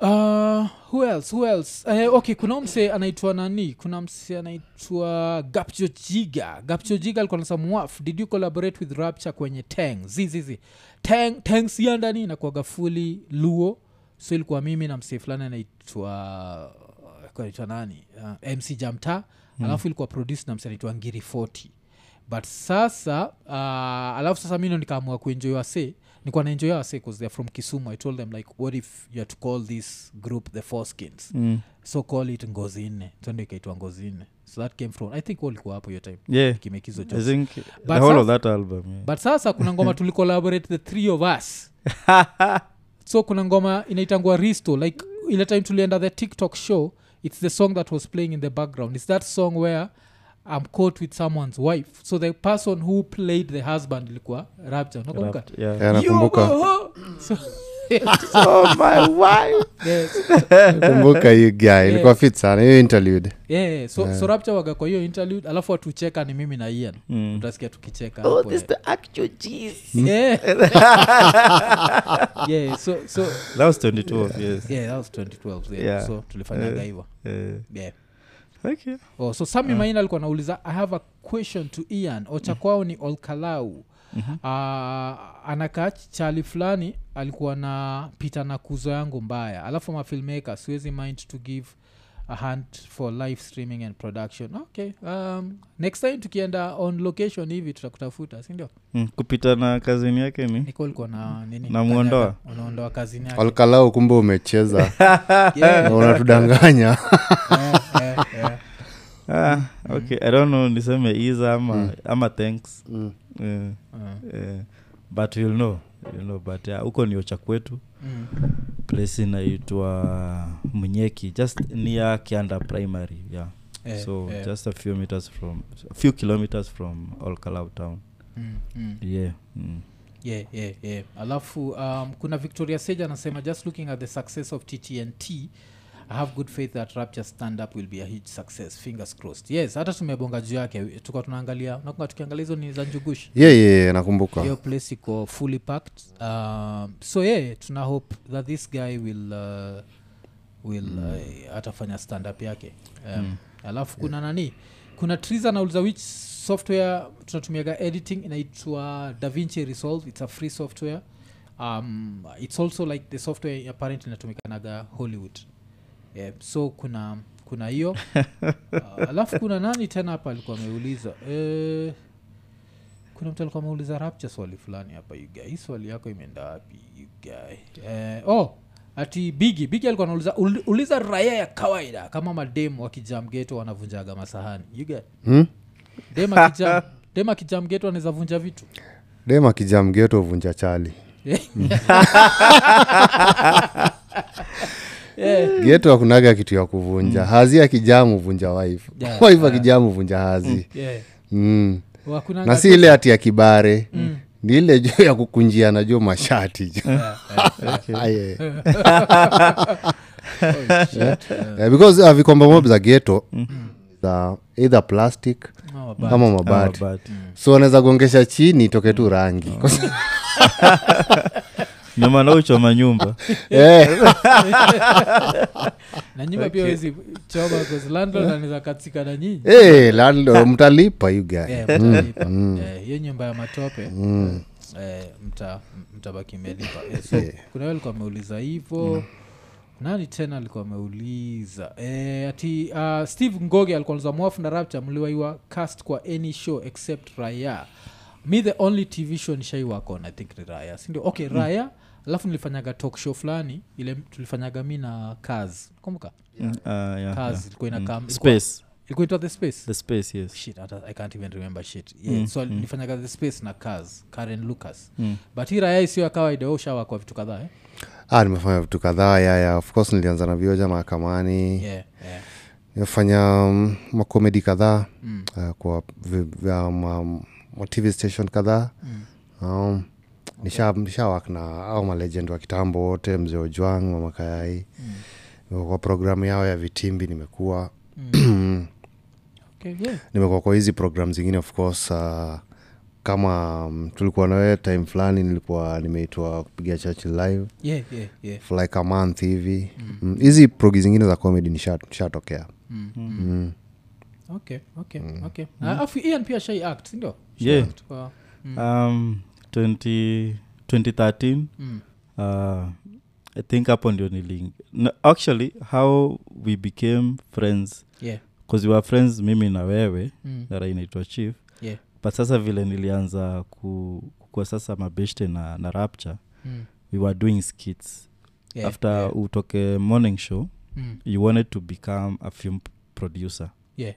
Speaker 1: uh, who else who else uh, okay kuna mse anaitwa nani kuna mse anaitwa gapchojiga gapchojiga alikuwa nasema waf did you collaborate with rapture kwenye tang zizizi tang tang siandani inakuaga fuli luo so ilikuwa mimi na mse fulani anaitwa alikuwa anaitwa nani uh, mc jamta alafu ilikuwa produce na mse anaitwa ngiri 40 but sasa uh, alafu sasa mino nikaamua kuenjoy wase nikuwa naenjoy wase bcause they're from kisumu i told them like what if you had to call this group the four skins
Speaker 2: Mm.
Speaker 1: so call it ngozi nne so ndio ikaitwa ngozi nne so that came from i think walikuwa hapo hiyo time
Speaker 2: yeah
Speaker 1: kimekizo
Speaker 2: i
Speaker 1: jokes
Speaker 2: think
Speaker 1: But
Speaker 2: the whole
Speaker 1: some-
Speaker 2: of that album yeah.
Speaker 1: but sasa kuna ngoma tulicollaborate the three of us so kuna ngoma inaitangwa risto like ile time tulienda the tiktok show it's the song that was playing in the background it's that song where i'm caught with someone's wife so the person who played the husband ilikuwa rabja unakumbuka
Speaker 2: Rap- yeah.
Speaker 3: Yeah, Eh, nakumbuka
Speaker 1: Yo-ho! So-
Speaker 2: oh my wife
Speaker 1: yes.
Speaker 3: kumbuka hii guy ilikuwa fit sana hiyo interlude
Speaker 1: Yeah, yeah. so, so Rapture waga kwa hiyo interlude alafu watucheka ni mimi na ian mm. utasikia tukicheka hapo, eh.
Speaker 2: Oh, the actual cheese
Speaker 1: yeah. yeah, so, so,
Speaker 2: that was 22 of years
Speaker 1: yeah, that was 2012 yeah.
Speaker 2: Yeah.
Speaker 1: so tulifanyaga
Speaker 2: Eh.
Speaker 1: hivo
Speaker 2: Uh,
Speaker 1: yeah.
Speaker 2: okay
Speaker 1: oh, so sami maina alikuwa nauliza i have a question to ian ocha kwao ni olkalau mm-hmm. uh, anakaa chali fulani alikuwa na pita na kuzo yangu mbaya alafu mafilmmaker siwezi mind to give a hunt for live streaming and production okay um, next time tukienda on location hivi tutakutafuta sindio
Speaker 2: mm. kupita na kazini yake ni
Speaker 1: niko ulikuwa na nini
Speaker 2: Namuondoa.
Speaker 1: Kanyaka, unaondoa kazini yake
Speaker 3: alkalau kumbe umecheza
Speaker 1: yeah, Eh,
Speaker 3: na unatudanganya
Speaker 1: yeah, yeah, yeah.
Speaker 2: ah,
Speaker 1: Mm.
Speaker 2: okay i don't know niseme iza ama, ama thanks
Speaker 3: Mm.
Speaker 2: Eh,
Speaker 1: Mm,
Speaker 2: eh, but you'll know, you'll know but yeah, huko ni ocha kwetu
Speaker 1: Mm.
Speaker 2: place inaitwa mnyeki just near kianda primary yeah
Speaker 1: Eh,
Speaker 2: so
Speaker 1: eh.
Speaker 2: just a few meters from a few kilometers from olkalau town
Speaker 1: Mm, mm.
Speaker 2: yeah mm.
Speaker 1: yeah, yeah, yeah. alafu um, kuna victoria sage anasema just looking at the success of ttnt i have good faith that rapture stand up will be a huge success fingers crossed yes hata tumebonga juu yake tuka tunaangalia nakunga tukiangalia hizo ni za njugush
Speaker 3: yeah, yeah, yeah, nakumbuka
Speaker 1: hiyo place iko fully packed um, so yeah tuna hope that this guy will uh, will uh, atafanya stand up yake um, alafu kuna nani kuna tris anauliza which software tunatumiaga editing inaitwa davinci resolve its a free software um, its also like the software apparently inatumikanaga hollywood yeah, so kuna kuna hiyo uh, alafu kuna nani tena hapa alikuwa ameuliza eh, kuna mtu alikuwa ameuliza rapture swali fulani hapa ugai swali yako imeenda wapi ugai eh, oh ati bigi bigi alikuwa anauliza "Uli- uliza raia ya kawaida kama mademu wakijamgeto wanavunjaga masahani ugai
Speaker 3: hmm?
Speaker 1: dem akijam dem akijamgeto anaweza vunja vitu Eh,
Speaker 3: dema kijamgeto uvunja chali geto akunaga kitu ya kuvunja hazi ya kijamu vunja wife
Speaker 1: Yeah.
Speaker 3: wife akijamu vunja hazi
Speaker 1: yeah.
Speaker 3: mm.
Speaker 1: Wakunanga
Speaker 3: na Mm. si ile ati ya kibare ni ile juu ya kukunjiana juu mashati Aye.
Speaker 1: Oh,
Speaker 3: Yeah, because uh, vikombe mob za geto za either plastic
Speaker 1: Ama mabati.
Speaker 3: ama
Speaker 2: Ama
Speaker 3: mabati
Speaker 2: bati.
Speaker 3: so wanaweza kuongesha chini itoke tu rangi Kwa sa-
Speaker 2: nyuma na uchoma nyumba
Speaker 3: Eh,
Speaker 1: na nyumba pia wezi choma landlord anaweza katika na nyinyi
Speaker 3: eh, landlord, mtalipa you guy.
Speaker 1: Eh, mtalipa. Eh, hiyo nyumba ya matope eh, mta- m- mtabaki mmelipa Eh, so, kuna yule alikuwa ameuliza hivo nani tena alikuwa ameuliza eh, ati uh, steve ngoge alikuwa anauliza mwafu na rapta mliwaiwa cast kwa any show except raya mi the only tv show nishaiwakon i think ni raya sindio okay raya alafu nilifanyaga talk show fulani ile tulifanyaga mi na kaz kumbuka
Speaker 2: Mm, ah, yeah,
Speaker 1: kaz
Speaker 2: yeah.
Speaker 1: ilikuwa inakam ilikuwa
Speaker 2: space
Speaker 1: ilikuwa inaitwa the space
Speaker 2: the space yes
Speaker 1: shit hata i can't even remember shit yeah, mm, so nilifanya kazi space na cars karen lucas mm. but hii raya isiyo ya kawaida we ushawakwa vitu kadhaa eh?
Speaker 3: Ah, nimefanya vitu kadhaa yaya of course nilianza na vioja mahakamani
Speaker 1: yeah, yeah.
Speaker 3: nimefanya um, makomedi kadhaa
Speaker 1: Mm.
Speaker 3: Mm. uh, kwa vi- vya ma- ma tv station kadhaa um, nisha, nisha work na au malegend wa kitambo wote mzee ojwang mamakayai mm. kwa programu yao ya vitimbi nimekuwa
Speaker 1: okay, yeah.
Speaker 3: nimekuwa kwa hizi program zingine of course uh, kama um, tulikuwa nawe time fulani nilikuwa nimeitwa kupiga church live
Speaker 1: Yeah, yeah, yeah.
Speaker 3: for like a month hivi Mm, hizi progi zingine za comedy nisha- nishatokea
Speaker 1: Mm.
Speaker 3: mm.
Speaker 1: okay okay okay Ah, afu ian pia shai act sindio
Speaker 2: Mm. Yeah.
Speaker 1: Kwa-
Speaker 2: um, 20, 2013
Speaker 1: Mm.
Speaker 2: uh, i think hapo ndio niling no, actually how we became friends
Speaker 1: yeah
Speaker 2: bcause we were friends mimi na wewe
Speaker 1: Mm.
Speaker 2: nara inaitwa chief
Speaker 1: yeah
Speaker 2: but sasa vile nilianza ku, kuwa sasa mabeshte na, na rapture
Speaker 1: Mm.
Speaker 2: we were doing skits
Speaker 1: yeah
Speaker 2: after utoke morning show
Speaker 1: Mm.
Speaker 2: you wanted to become a film producer
Speaker 1: yeah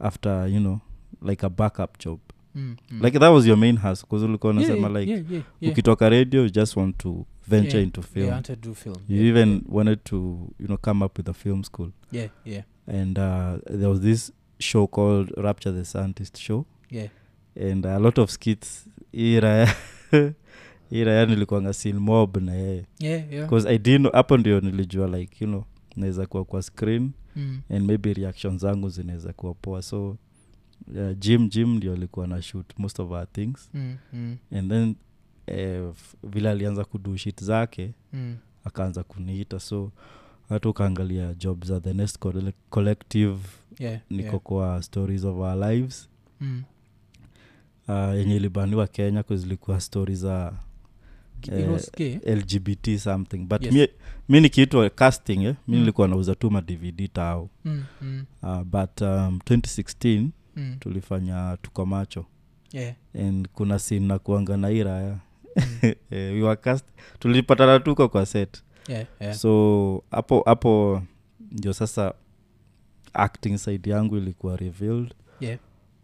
Speaker 2: after you know like a backup job
Speaker 1: Mm. Mm.
Speaker 2: like that was your main hustle bcause ulikuwa
Speaker 1: Yeah,
Speaker 2: unasema
Speaker 1: yeah,
Speaker 2: like
Speaker 1: yeah, yeah, yeah.
Speaker 2: ukitoka radio you just want to venture
Speaker 1: Yeah.
Speaker 2: into film
Speaker 1: Yeah, I want to do film
Speaker 2: you even wanted to you know come up with a film school
Speaker 1: yeah yeah
Speaker 2: and uh, there was this show called rapture the scientist show
Speaker 1: yeah
Speaker 2: and a lot of skits iraya iraya nilikuanga sin mob na yeye
Speaker 1: yeah yeah
Speaker 2: bcause i didn't hapo ndio nilijua like you know naweza kuwa kwa screen
Speaker 1: Mm.
Speaker 2: and maybe reaction zangu zinaweza kuwa poa so uh, jim jim ndio alikuwa na shoot most of our things
Speaker 1: Mm. Mm.
Speaker 2: and then eh, f- vile alianza kudu shit zake
Speaker 1: Mm.
Speaker 2: akaanza kuniita so hata ukaangalia job za the next Colle- collective
Speaker 1: yeah
Speaker 2: niko
Speaker 1: yeah.
Speaker 2: kwa stories of our lives
Speaker 1: Mm.
Speaker 2: uh, yenye ilibaniwa kenya kuzilikuwa stori za
Speaker 1: It
Speaker 2: Eh,
Speaker 1: was gay.
Speaker 2: lgbt something but
Speaker 1: Yes.
Speaker 2: mi, mi nikiitwa casting eh, mi
Speaker 1: Mm.
Speaker 2: nilikuwa nauza tu madvd tao
Speaker 1: Mm, mm,
Speaker 2: uh, but um, 2016
Speaker 1: mm.
Speaker 2: tulifanya tuko macho
Speaker 1: Yeah.
Speaker 2: and kuna sin na kuanga na iraya
Speaker 1: Mm.
Speaker 2: we were cast tulipatana tuko kwa set
Speaker 1: Yeah, yeah.
Speaker 2: so hapo hapo ndio sasa acting side yangu ilikuwa revealed
Speaker 1: Yeah.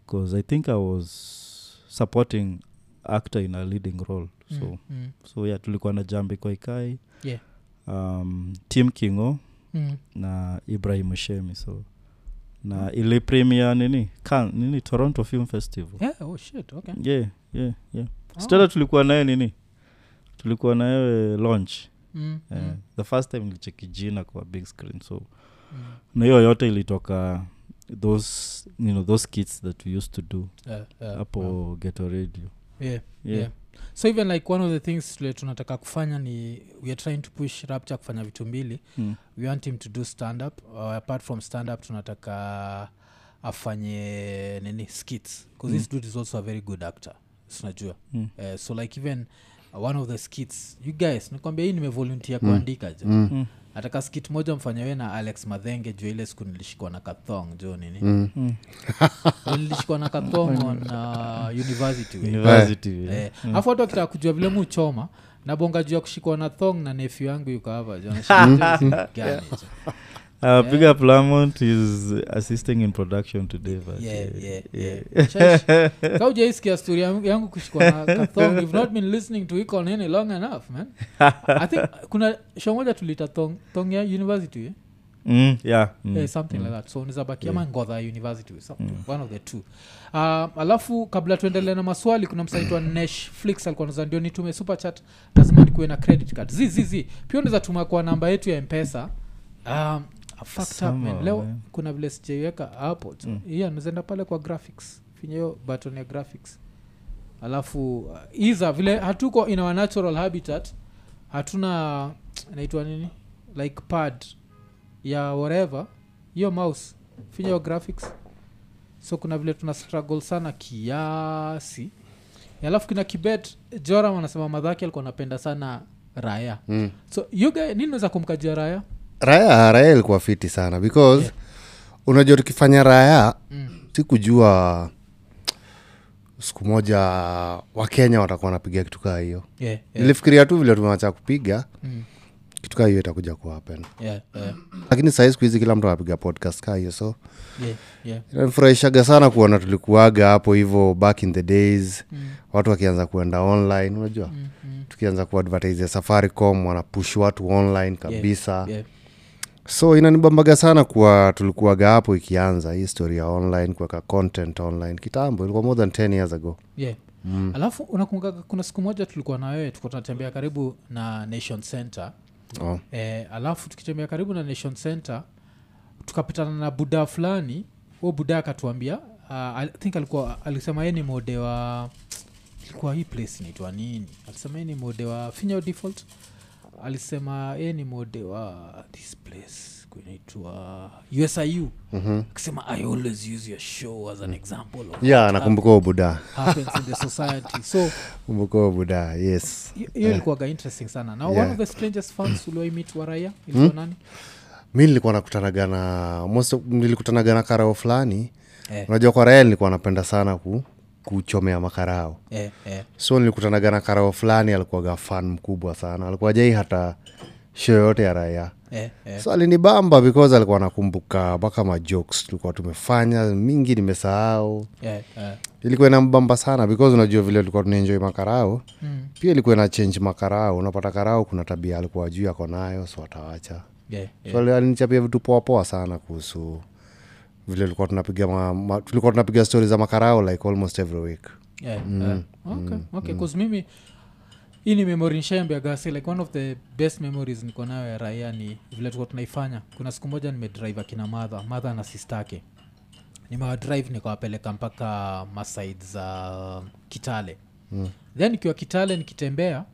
Speaker 2: bcause i think i was supporting actor in a leading role so
Speaker 1: Mm, mm,
Speaker 2: so yeah tulikuwa na jambi kwaikai
Speaker 1: Yeah.
Speaker 2: um, tim kingo
Speaker 1: mm.
Speaker 2: na ibrahim shemi so na ile premier nini Can, nini toronto film festival
Speaker 1: Yeah, oh shit, okay.
Speaker 2: yeah yeah yeah
Speaker 1: Oh.
Speaker 2: stella tulikuwa naye nini tulikuwa naye launch
Speaker 1: Mm,
Speaker 2: Eh,
Speaker 1: mm,
Speaker 2: the first time nilicheki jina kwa big screen so
Speaker 1: mm.
Speaker 2: na hiyo yote ilitoka those you know those kits that we used to do
Speaker 1: Yeah, yeah,
Speaker 2: hapo
Speaker 1: yeah.
Speaker 2: ghetto radio
Speaker 1: Uh, Yeah,
Speaker 2: yeah.
Speaker 1: yeah. so even like one of the things tule tunataka kufanya ni weare trying to push rapture kufanya vitu mbili
Speaker 2: Mm.
Speaker 1: we want him to do stand up uh, apart from stand up tunataka afanye nini skits because mm. this dude is also a very good actor sinajua
Speaker 2: Mm.
Speaker 1: uh, so like even uh, one of the skits you guys nikwambia hii nimevolunteer kuandika jo
Speaker 3: Mm.
Speaker 2: Mm.
Speaker 1: ataka skit moja mfanyewe na alex madhenge juu ile siku nilishikwa na kathong jo nini
Speaker 3: Mm.
Speaker 2: Mm.
Speaker 1: nilishikwa na kathong on uh, university way
Speaker 2: university yeah. Mm.
Speaker 1: Eh, afu watu wakitaka kujua vile muchoma nabonga juu ya kushikwa na thong na nefyu yangu yukava
Speaker 2: Uh, big up lamont is assisting in production today but yeah,
Speaker 1: kaujaiskia stori yangu kushikwa na kathong you've not been listening to iko nini long enough man i think kuna show moja tulita thong, thong ya university eh?
Speaker 2: Mm, yeah, mm.
Speaker 1: Eh, something like that so nizabakiama yeah. ngodha university some, one of the two uh, alafu kabla tuendelee na maswali kuna msaitwa neshflix alikuwa naza ndio nitume super chat lazima nikuwe na credit card zzz pia unaweza tuma kwa namba yetu ya mpesa um, fucked up, man.
Speaker 2: Somehow,
Speaker 1: leo
Speaker 2: man.
Speaker 1: kuna vile sijaiweka hapo tu yeah, nazaenda pale kwa graphics finyeyo baton ya graphics alafu uh, iza vile hatuko in our natural habitat hatuna inaitwa nini like pad ya whatever hiyo mouse finya hiyo graphics so kuna vile tuna struggle sana kiasi alafu kina kibet joram anasema madhake alikuwa anapenda sana raya
Speaker 3: Mm.
Speaker 1: so yuga nini naweza kumkajia raya
Speaker 3: raya raya ilikuwa fiti sana because yeah. unajua tukifanya raya
Speaker 1: Mm.
Speaker 3: si kujua siku moja wakenya watakuwa wanapiga kitu kaa hiyo
Speaker 1: yeah, yeah,
Speaker 3: nilifikiria tu vile tumeacha kupiga
Speaker 1: mm,
Speaker 3: kitu kaa hiyo itakuja kuhapen
Speaker 1: yeah, yeah,
Speaker 3: lakini sahii siku hizi kila mtu anapiga podcast kaa hiyo so
Speaker 1: yeah, yeah.
Speaker 3: inanifurahishaga sana kuona tulikuaga hapo hivo back in the days
Speaker 1: Mm,
Speaker 3: watu wakianza kuenda online unajua
Speaker 1: mm, mm.
Speaker 3: tukianza kuadvertise safaricom wanapush watu online kabisa
Speaker 1: Yeah,
Speaker 3: so inanibambaga sana kuwa tulikuaga hapo ikianza hii story ya online kuweka content online kitambo ilikuwa more than 10 years ago
Speaker 1: yeah. mm. alafu unakumbuka kuna siku moja tulikuwa na wewe tuko tunatembea karibu na nation center
Speaker 3: oh.
Speaker 1: e, alafu tukitembea karibu na nation center tukapitana na buda fulani huo buda akatuambia uh, I think alikuwa alisema yeye ni mode wa ilikuwa hii place inaitwa nini alisema yeye ni mode wa finyo default alisema yeye ni mode wa this place kunaitwa usiu mm-hmm. Mm. akisema i always use your show as an example of
Speaker 3: yeah nakumbuka huo buda
Speaker 1: happens in the society so
Speaker 3: kumbuka huo buda yes
Speaker 1: hiyo yeah. ilikuwaga interesting sana na Eh. yeah. Hmm? one of the strangest fans ulioimit wa raia ilikuwa nani
Speaker 3: mi nilikuwa nakutanaga na most of- nilikutanaga na karao fulani
Speaker 1: Eh.
Speaker 3: unajua kwa raya nilikuwa napenda sana ku, kuchomea makarao
Speaker 1: eh, eh.
Speaker 3: so nilikutanaga na karao fulani alikuwaga fan mkubwa sana alikuwa jai hata show yote ya raya
Speaker 1: Eh, eh.
Speaker 3: so alinibamba because alikuwa nakumbuka mpaka majokes tulikuwa tumefanya mingi nimesahau
Speaker 1: Eh, eh.
Speaker 3: ilikuwa inambamba sana because unajua vile tulikuwa tunaenjoy makarao mm. pia ilikuwa ina change makarao unapata karao kuna tabia alikuwa juu yako nayo so atawacha
Speaker 1: Yeah,
Speaker 3: yeah. so ali- alinichapia vitu poapoa sana kuhusu vile tulikuwa tunapiga ma, ma, tulikuwa tunapiga stori za makarao like almost every week
Speaker 1: yeah, eh. okay, okay, 'cause mimi hii ni memori nishaambiagasi like one of the best memories niko nayo ya raia ni vile tuka tunaifanya kuna siku moja nimedrive akina madha madha na sistake nimewadrive nikawapeleka mpaka masaid za kitale mm. then ikiwa kitale nikitembea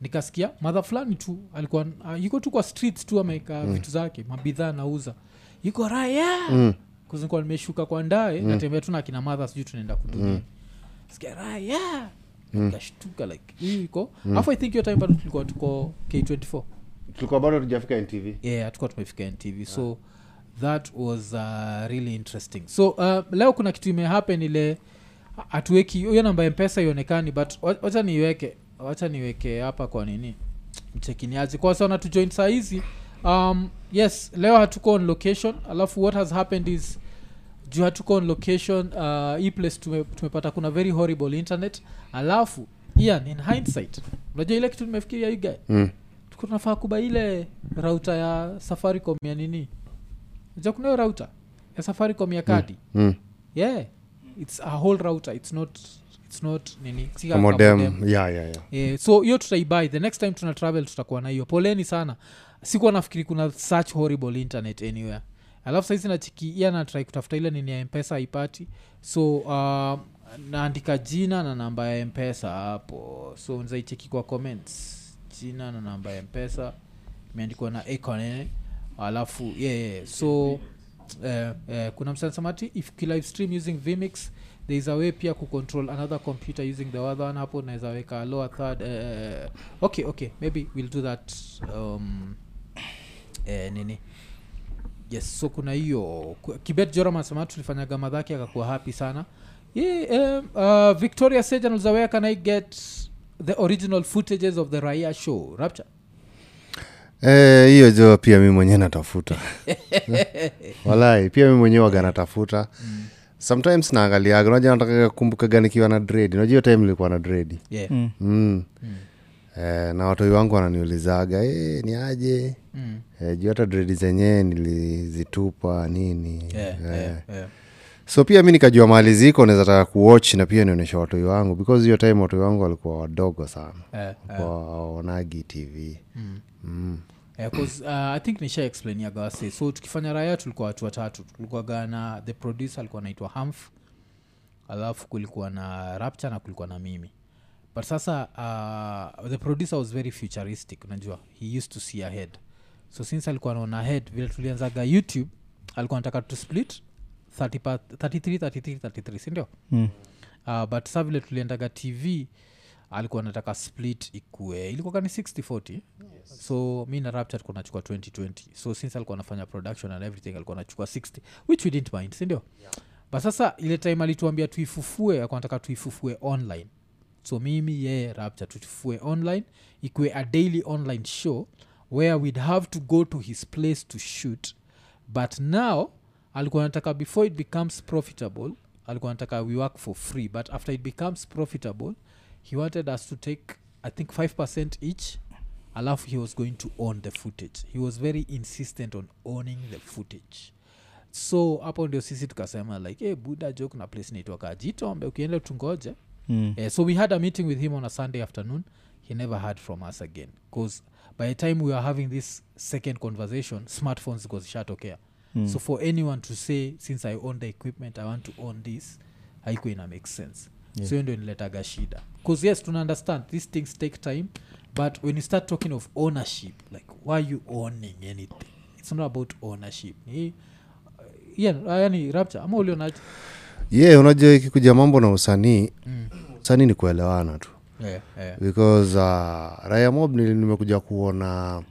Speaker 1: nikasikia madha fulani tu alikuwa uh, yuko tu kwa streets tu ameweka mm. vitu zake mabidhaa nauza yuko raya mm. kuzinikuwa nimeshuka kwa ndae mm. natembea tu na akina madha sijui tunaenda kudunia mm sikia raya nikashtuka like hii iko afu i think hiyo time bado tulikuwa tuko k24
Speaker 3: tulikuwa bado tujafika ntv
Speaker 1: yeah tukuwa tumefika ntv so that was uh, really interesting so uh, leo kuna kitu imehappen ile hatuweki hiyo namba ya mpesa ionekani but wa- wacha niiweke wacha niweke hapa kwa nini mchekiniaji kwa sana tujoin saa hizi um, yes leo hatuko on location alafu what has happened is juu hatuko on location uh, hii place tume, tumepata kuna very horrible internet alafu ian in hindsight unajua ile kitu nimefikiria hii guy
Speaker 3: mm.
Speaker 1: tuko tunafaa kuba ile rauta ya safaricom ya nini ja kuna hiyo rauta ya safaricom ya kadi mm.
Speaker 3: Mm.
Speaker 1: yeah its a whole router its not its not nini si kama modem.
Speaker 3: kamodem yeah, yeah, yeah.
Speaker 1: Eh, so hiyo tutaibai the next time tuna travel tutakuwa na hiyo poleni sana sikuwa nafikiri kuna such horrible internet anywhere alafu saizi nachiki iya natrai kutafuta ile nini ya mpesa haipati so uh, naandika jina na namba ya mpesa hapo so nzaicheki kwa comments jina na namba ya mpesa imeandikwa na econene alafu yeah, yeah. so eh, eh, kuna msansamati if ukilive stream using vmix there is a way pia kucontrol another computer using the other one hapo naweza weka lower third eh, okay okay maybe we'll do that um, eh, nini yes so kuna hiyo Ku- kibet joram anasema tulifanyaga madhaki akakuwa happy sana yeah, um, uh, victoria sejanal zawea can i get the original footages of the raia show rapture
Speaker 3: Eh, hiyo jo pia mi mwenyewe natafuta walai pia mi mwenyewe waga natafuta sometimes naangaliaga unajua nataka kumbukaga nikiwa na dread unajua hiyo time nilikuwa na dread
Speaker 1: yeah.
Speaker 3: mm. Eh, na watoi wangu wananiulizaga e, ni aje
Speaker 1: Mm.
Speaker 3: eh, juu hata dredi zenyewe nilizitupa nini
Speaker 1: Yeah,
Speaker 3: eh.
Speaker 1: yeah, yeah.
Speaker 3: so pia mi nikajua mahali ziko naweza taka kuwatch na pia nionyesha watoi wangu because hiyo time watoi wangu walikuwa wadogo sana
Speaker 1: Eh,
Speaker 3: walikuwa waonagi tv
Speaker 1: Eh, 'cause, uh, i think nisha explainiaga wase so tukifanya raya tulikuwa watu watatu tulikuwaga na the producer alikuwa naitwa hamf alafu kulikuwa na rapture na kulikuwa na mimi but sasa uh, the producer was very futuristic unajua he used to see ahead so since alikuwa naona ahead vile tulianzaga youtube alikuwa nataka tu split 30 pa- 33 33 33 sindio
Speaker 2: Mm.
Speaker 1: uh, but sa vile tuliendaga tv alikuwa nataka split ikue ilikuwa ni 6040 yes. so mi na rapture alikuwa nachukua 2020 so since alikuwa anafanya production and everything alikuwa nachukua 60 which we didn't mind sindio yeah. but sasa ile time alituambia tuifufue alikuwa nataka tuifufue online so mimi yeye rapture tutufue online ikue a daily online show where we'd have to go to his place to shoot but now alikuwa nataka before it becomes profitable alikuwa nataka we work for free but after it becomes profitable he wanted us to take i think 5 each alafu he was going to own the footage he was very insistent on owning the footage eh, so hapo ndio sisi tukasema like hey, buda joke na place naitwa kajitombe ukienda tungoje
Speaker 2: Mm.
Speaker 1: Eh, so we had a meeting with him on a sunday afternoon he never heard from us again because by the time we were having this second conversation smartphones goes shatokea mm. so for anyone to say since i own the equipment i want to own this haiko ina make sense yeah. so hiyo ndio niletaga shida because yes tuna understand these things take time but when you start talking of ownership like why are you owning anything it's not about ownership ni eh, yeah, yani rapture ama ulionaje
Speaker 3: ye yeah, unajua ikikuja mambo na usanii mm. usanii ni kuelewana tu
Speaker 1: yeah, yeah.
Speaker 3: because uh, raya mob nili- nimekuja kuona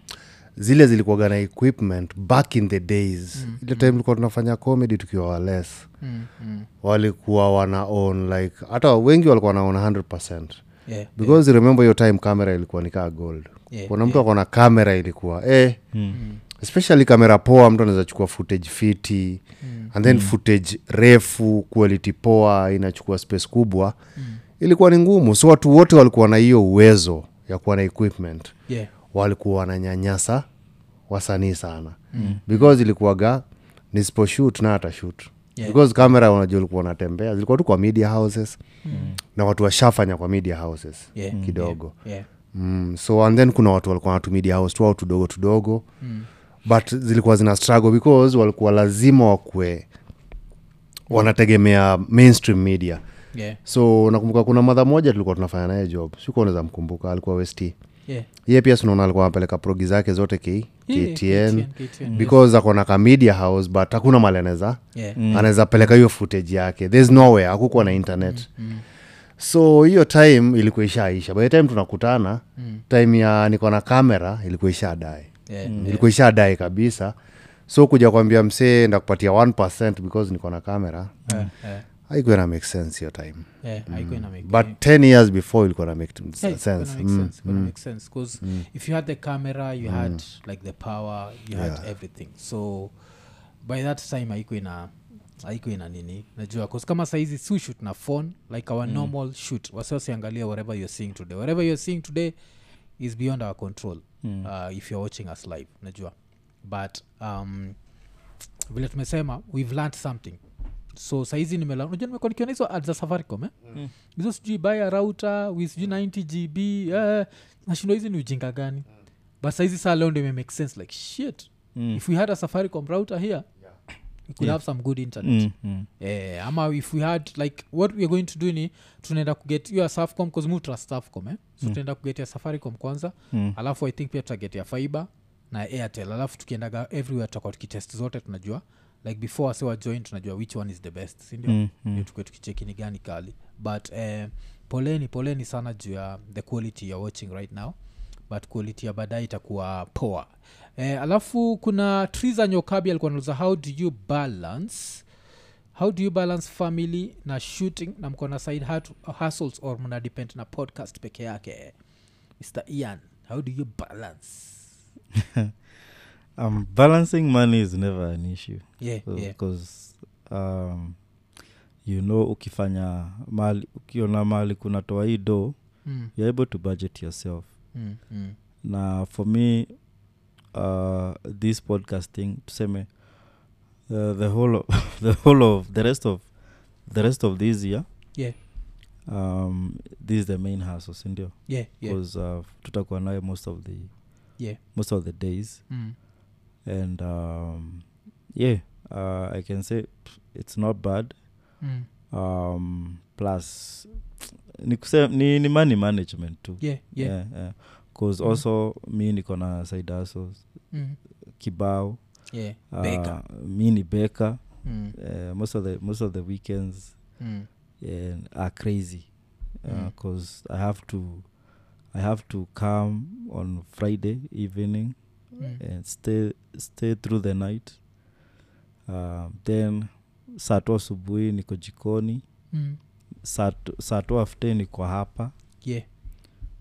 Speaker 3: zile zilikuwaga na equipment back in the days mm, ile time tulikuwa tunafanya comedy tukiwa wales
Speaker 1: Mm, mm,
Speaker 3: walikuwa wana own like hata wengi walikuwa wanaona 100
Speaker 1: yeah.
Speaker 3: because remember hiyo time kamera ilikuwa ni kaa gold
Speaker 1: Yeah, Hmm.
Speaker 3: kuna mtu akona kamera ilikuwa eh, especially kamera poa mtu anaweza chukua footage fiti
Speaker 1: Hmm.
Speaker 3: mm. and then mm. footage refu quality poa inachukua space kubwa
Speaker 1: Hmm.
Speaker 3: mm. ilikuwa ni ngumu so watu wote walikuwa na hiyo uwezo ya kuwa na equipment
Speaker 1: yeah.
Speaker 3: walikuwa wananyanyasa wasanii sana mm. because ilikuwaga nisiposhut na atashut
Speaker 1: Yeah.
Speaker 3: yeah. because kamera unajua ulikuwa unatembea zilikuwa tu kwa media houses mm. na watu washafanya kwa media houses
Speaker 1: Yeah. Mm.
Speaker 3: kidogo
Speaker 1: yeah.
Speaker 3: mm, so and then kuna watu walikuwa wanatumidia house tu au tudogo tudogo mm. but zilikuwa zina struggle because walikuwa lazima wakue wanategemea mainstream media
Speaker 1: yeah.
Speaker 3: so nakumbuka kuna madha moja tulikuwa tunafanya naye job sikuwa unaweza mkumbuka alikuwa west
Speaker 1: yeah.
Speaker 3: ye pia sinaona alikuwa anapeleka progi zake zote ki
Speaker 1: Yeah,
Speaker 3: ktn
Speaker 1: KTN,
Speaker 3: because akona ka media house but hakuna mali anaweza
Speaker 1: yeah.
Speaker 3: mm. anaweza peleka hiyo footage yake there's nowhere hakukuwa na internet mm. Mm. so hiyo time ilikuwa ishaisha by the time tunakutana mm. time ya niko na kamera ilikuwa ishadae
Speaker 1: Yeah,
Speaker 3: mm. ilikuwa ishadae kabisa so kuja kwambia msee ndakupatia 1 because niko na kamera
Speaker 1: Yeah, yeah,
Speaker 3: haikuwa na make sense hiyo time
Speaker 1: yeah, haikuwa ina make-
Speaker 3: but 10 years before ilikuwa na make
Speaker 1: Yeah, it's gonna
Speaker 3: sense Mm.
Speaker 1: make sense, gonna make sense, 'cause if you had the camera you had like the power you had everything so by that time haiko ina haiko ina nini najua 'cause kama saizi si shoot na phone like our normal shoot wasiwasiangalia whatever you're seeing today whatever you're seeing today is beyond our control uh, if you're watching us live najua but um, vile tumesema we've learned something so saizi nimela unajua nimekuwa nikiona hizo ads za safaricom eh? mm. hizo sijui baya rauta sijui 90 gb eh, nashindwa hizi ni ujinga gani but saizi saa leo ndio ime make sense like shit mm. if we had a safaricom router here we could have some good internet
Speaker 2: Mm, mm.
Speaker 1: eh, ama if we had like what weare going to do ni tunaenda kuget hiyo ya safcom bcause mu trust safcom eh? so mm. tunaenda kugetia safaricom kwanza mm. alafu i think pia tutagetia fiber na airtel alafu tukiendaga everywhere tutakuwa tukitest zote tunajua like before wase wajoin tunajua which one is the best sindio mm, mm. tukue tukicheki ni gani kali but eh, poleni poleni sana juu ya the quality youare watching right now but quality ya baadaye itakuwa poa eh, alafu kuna triza nyokabi alikuwa nauliza how do you balance how do you balance family na shooting na mkona side hat- hustles or mna depend na podcast peke yake mr ian how do you balance
Speaker 2: um, balancing money is never an issue
Speaker 1: yeah, yeah.
Speaker 2: because um, you know ukifanya mali ukiona mali kunatoa hii do
Speaker 1: Mm,
Speaker 2: you're able to budget yourself
Speaker 1: mm, mm,
Speaker 2: na for me uh, this podcasting tuseme uh, the whole of, the whole of the rest of the rest of this year
Speaker 1: yeah,
Speaker 2: um, this is the main hustle sindio
Speaker 1: yeah, yeah,
Speaker 2: because uh, tutakuwa nayo most of the
Speaker 1: yeah,
Speaker 2: most of the days
Speaker 1: mm,
Speaker 2: and um, yeah uh, i can say pff, it's not bad
Speaker 1: mm,
Speaker 2: um, plus ni, kuse, ni, ni money management tu
Speaker 1: yeah, yeah,
Speaker 2: yeah, yeah. cause
Speaker 1: Mhm.
Speaker 2: also mi niko na side hustles
Speaker 1: mm,
Speaker 2: kibao
Speaker 1: yeah.
Speaker 2: uh,
Speaker 1: Baker.
Speaker 2: mi ni beka
Speaker 1: Mm,
Speaker 2: uh, most, of the, most of the weekends
Speaker 1: mm,
Speaker 2: uh, are crazy
Speaker 1: Mm.
Speaker 2: because i have to i have to come on friday evening
Speaker 1: mm,
Speaker 2: and stay stay through the night um, then saa tu asubuhi niko jikoni
Speaker 1: mm,
Speaker 2: saa tu- saa tu afte niko hapa
Speaker 1: yeah,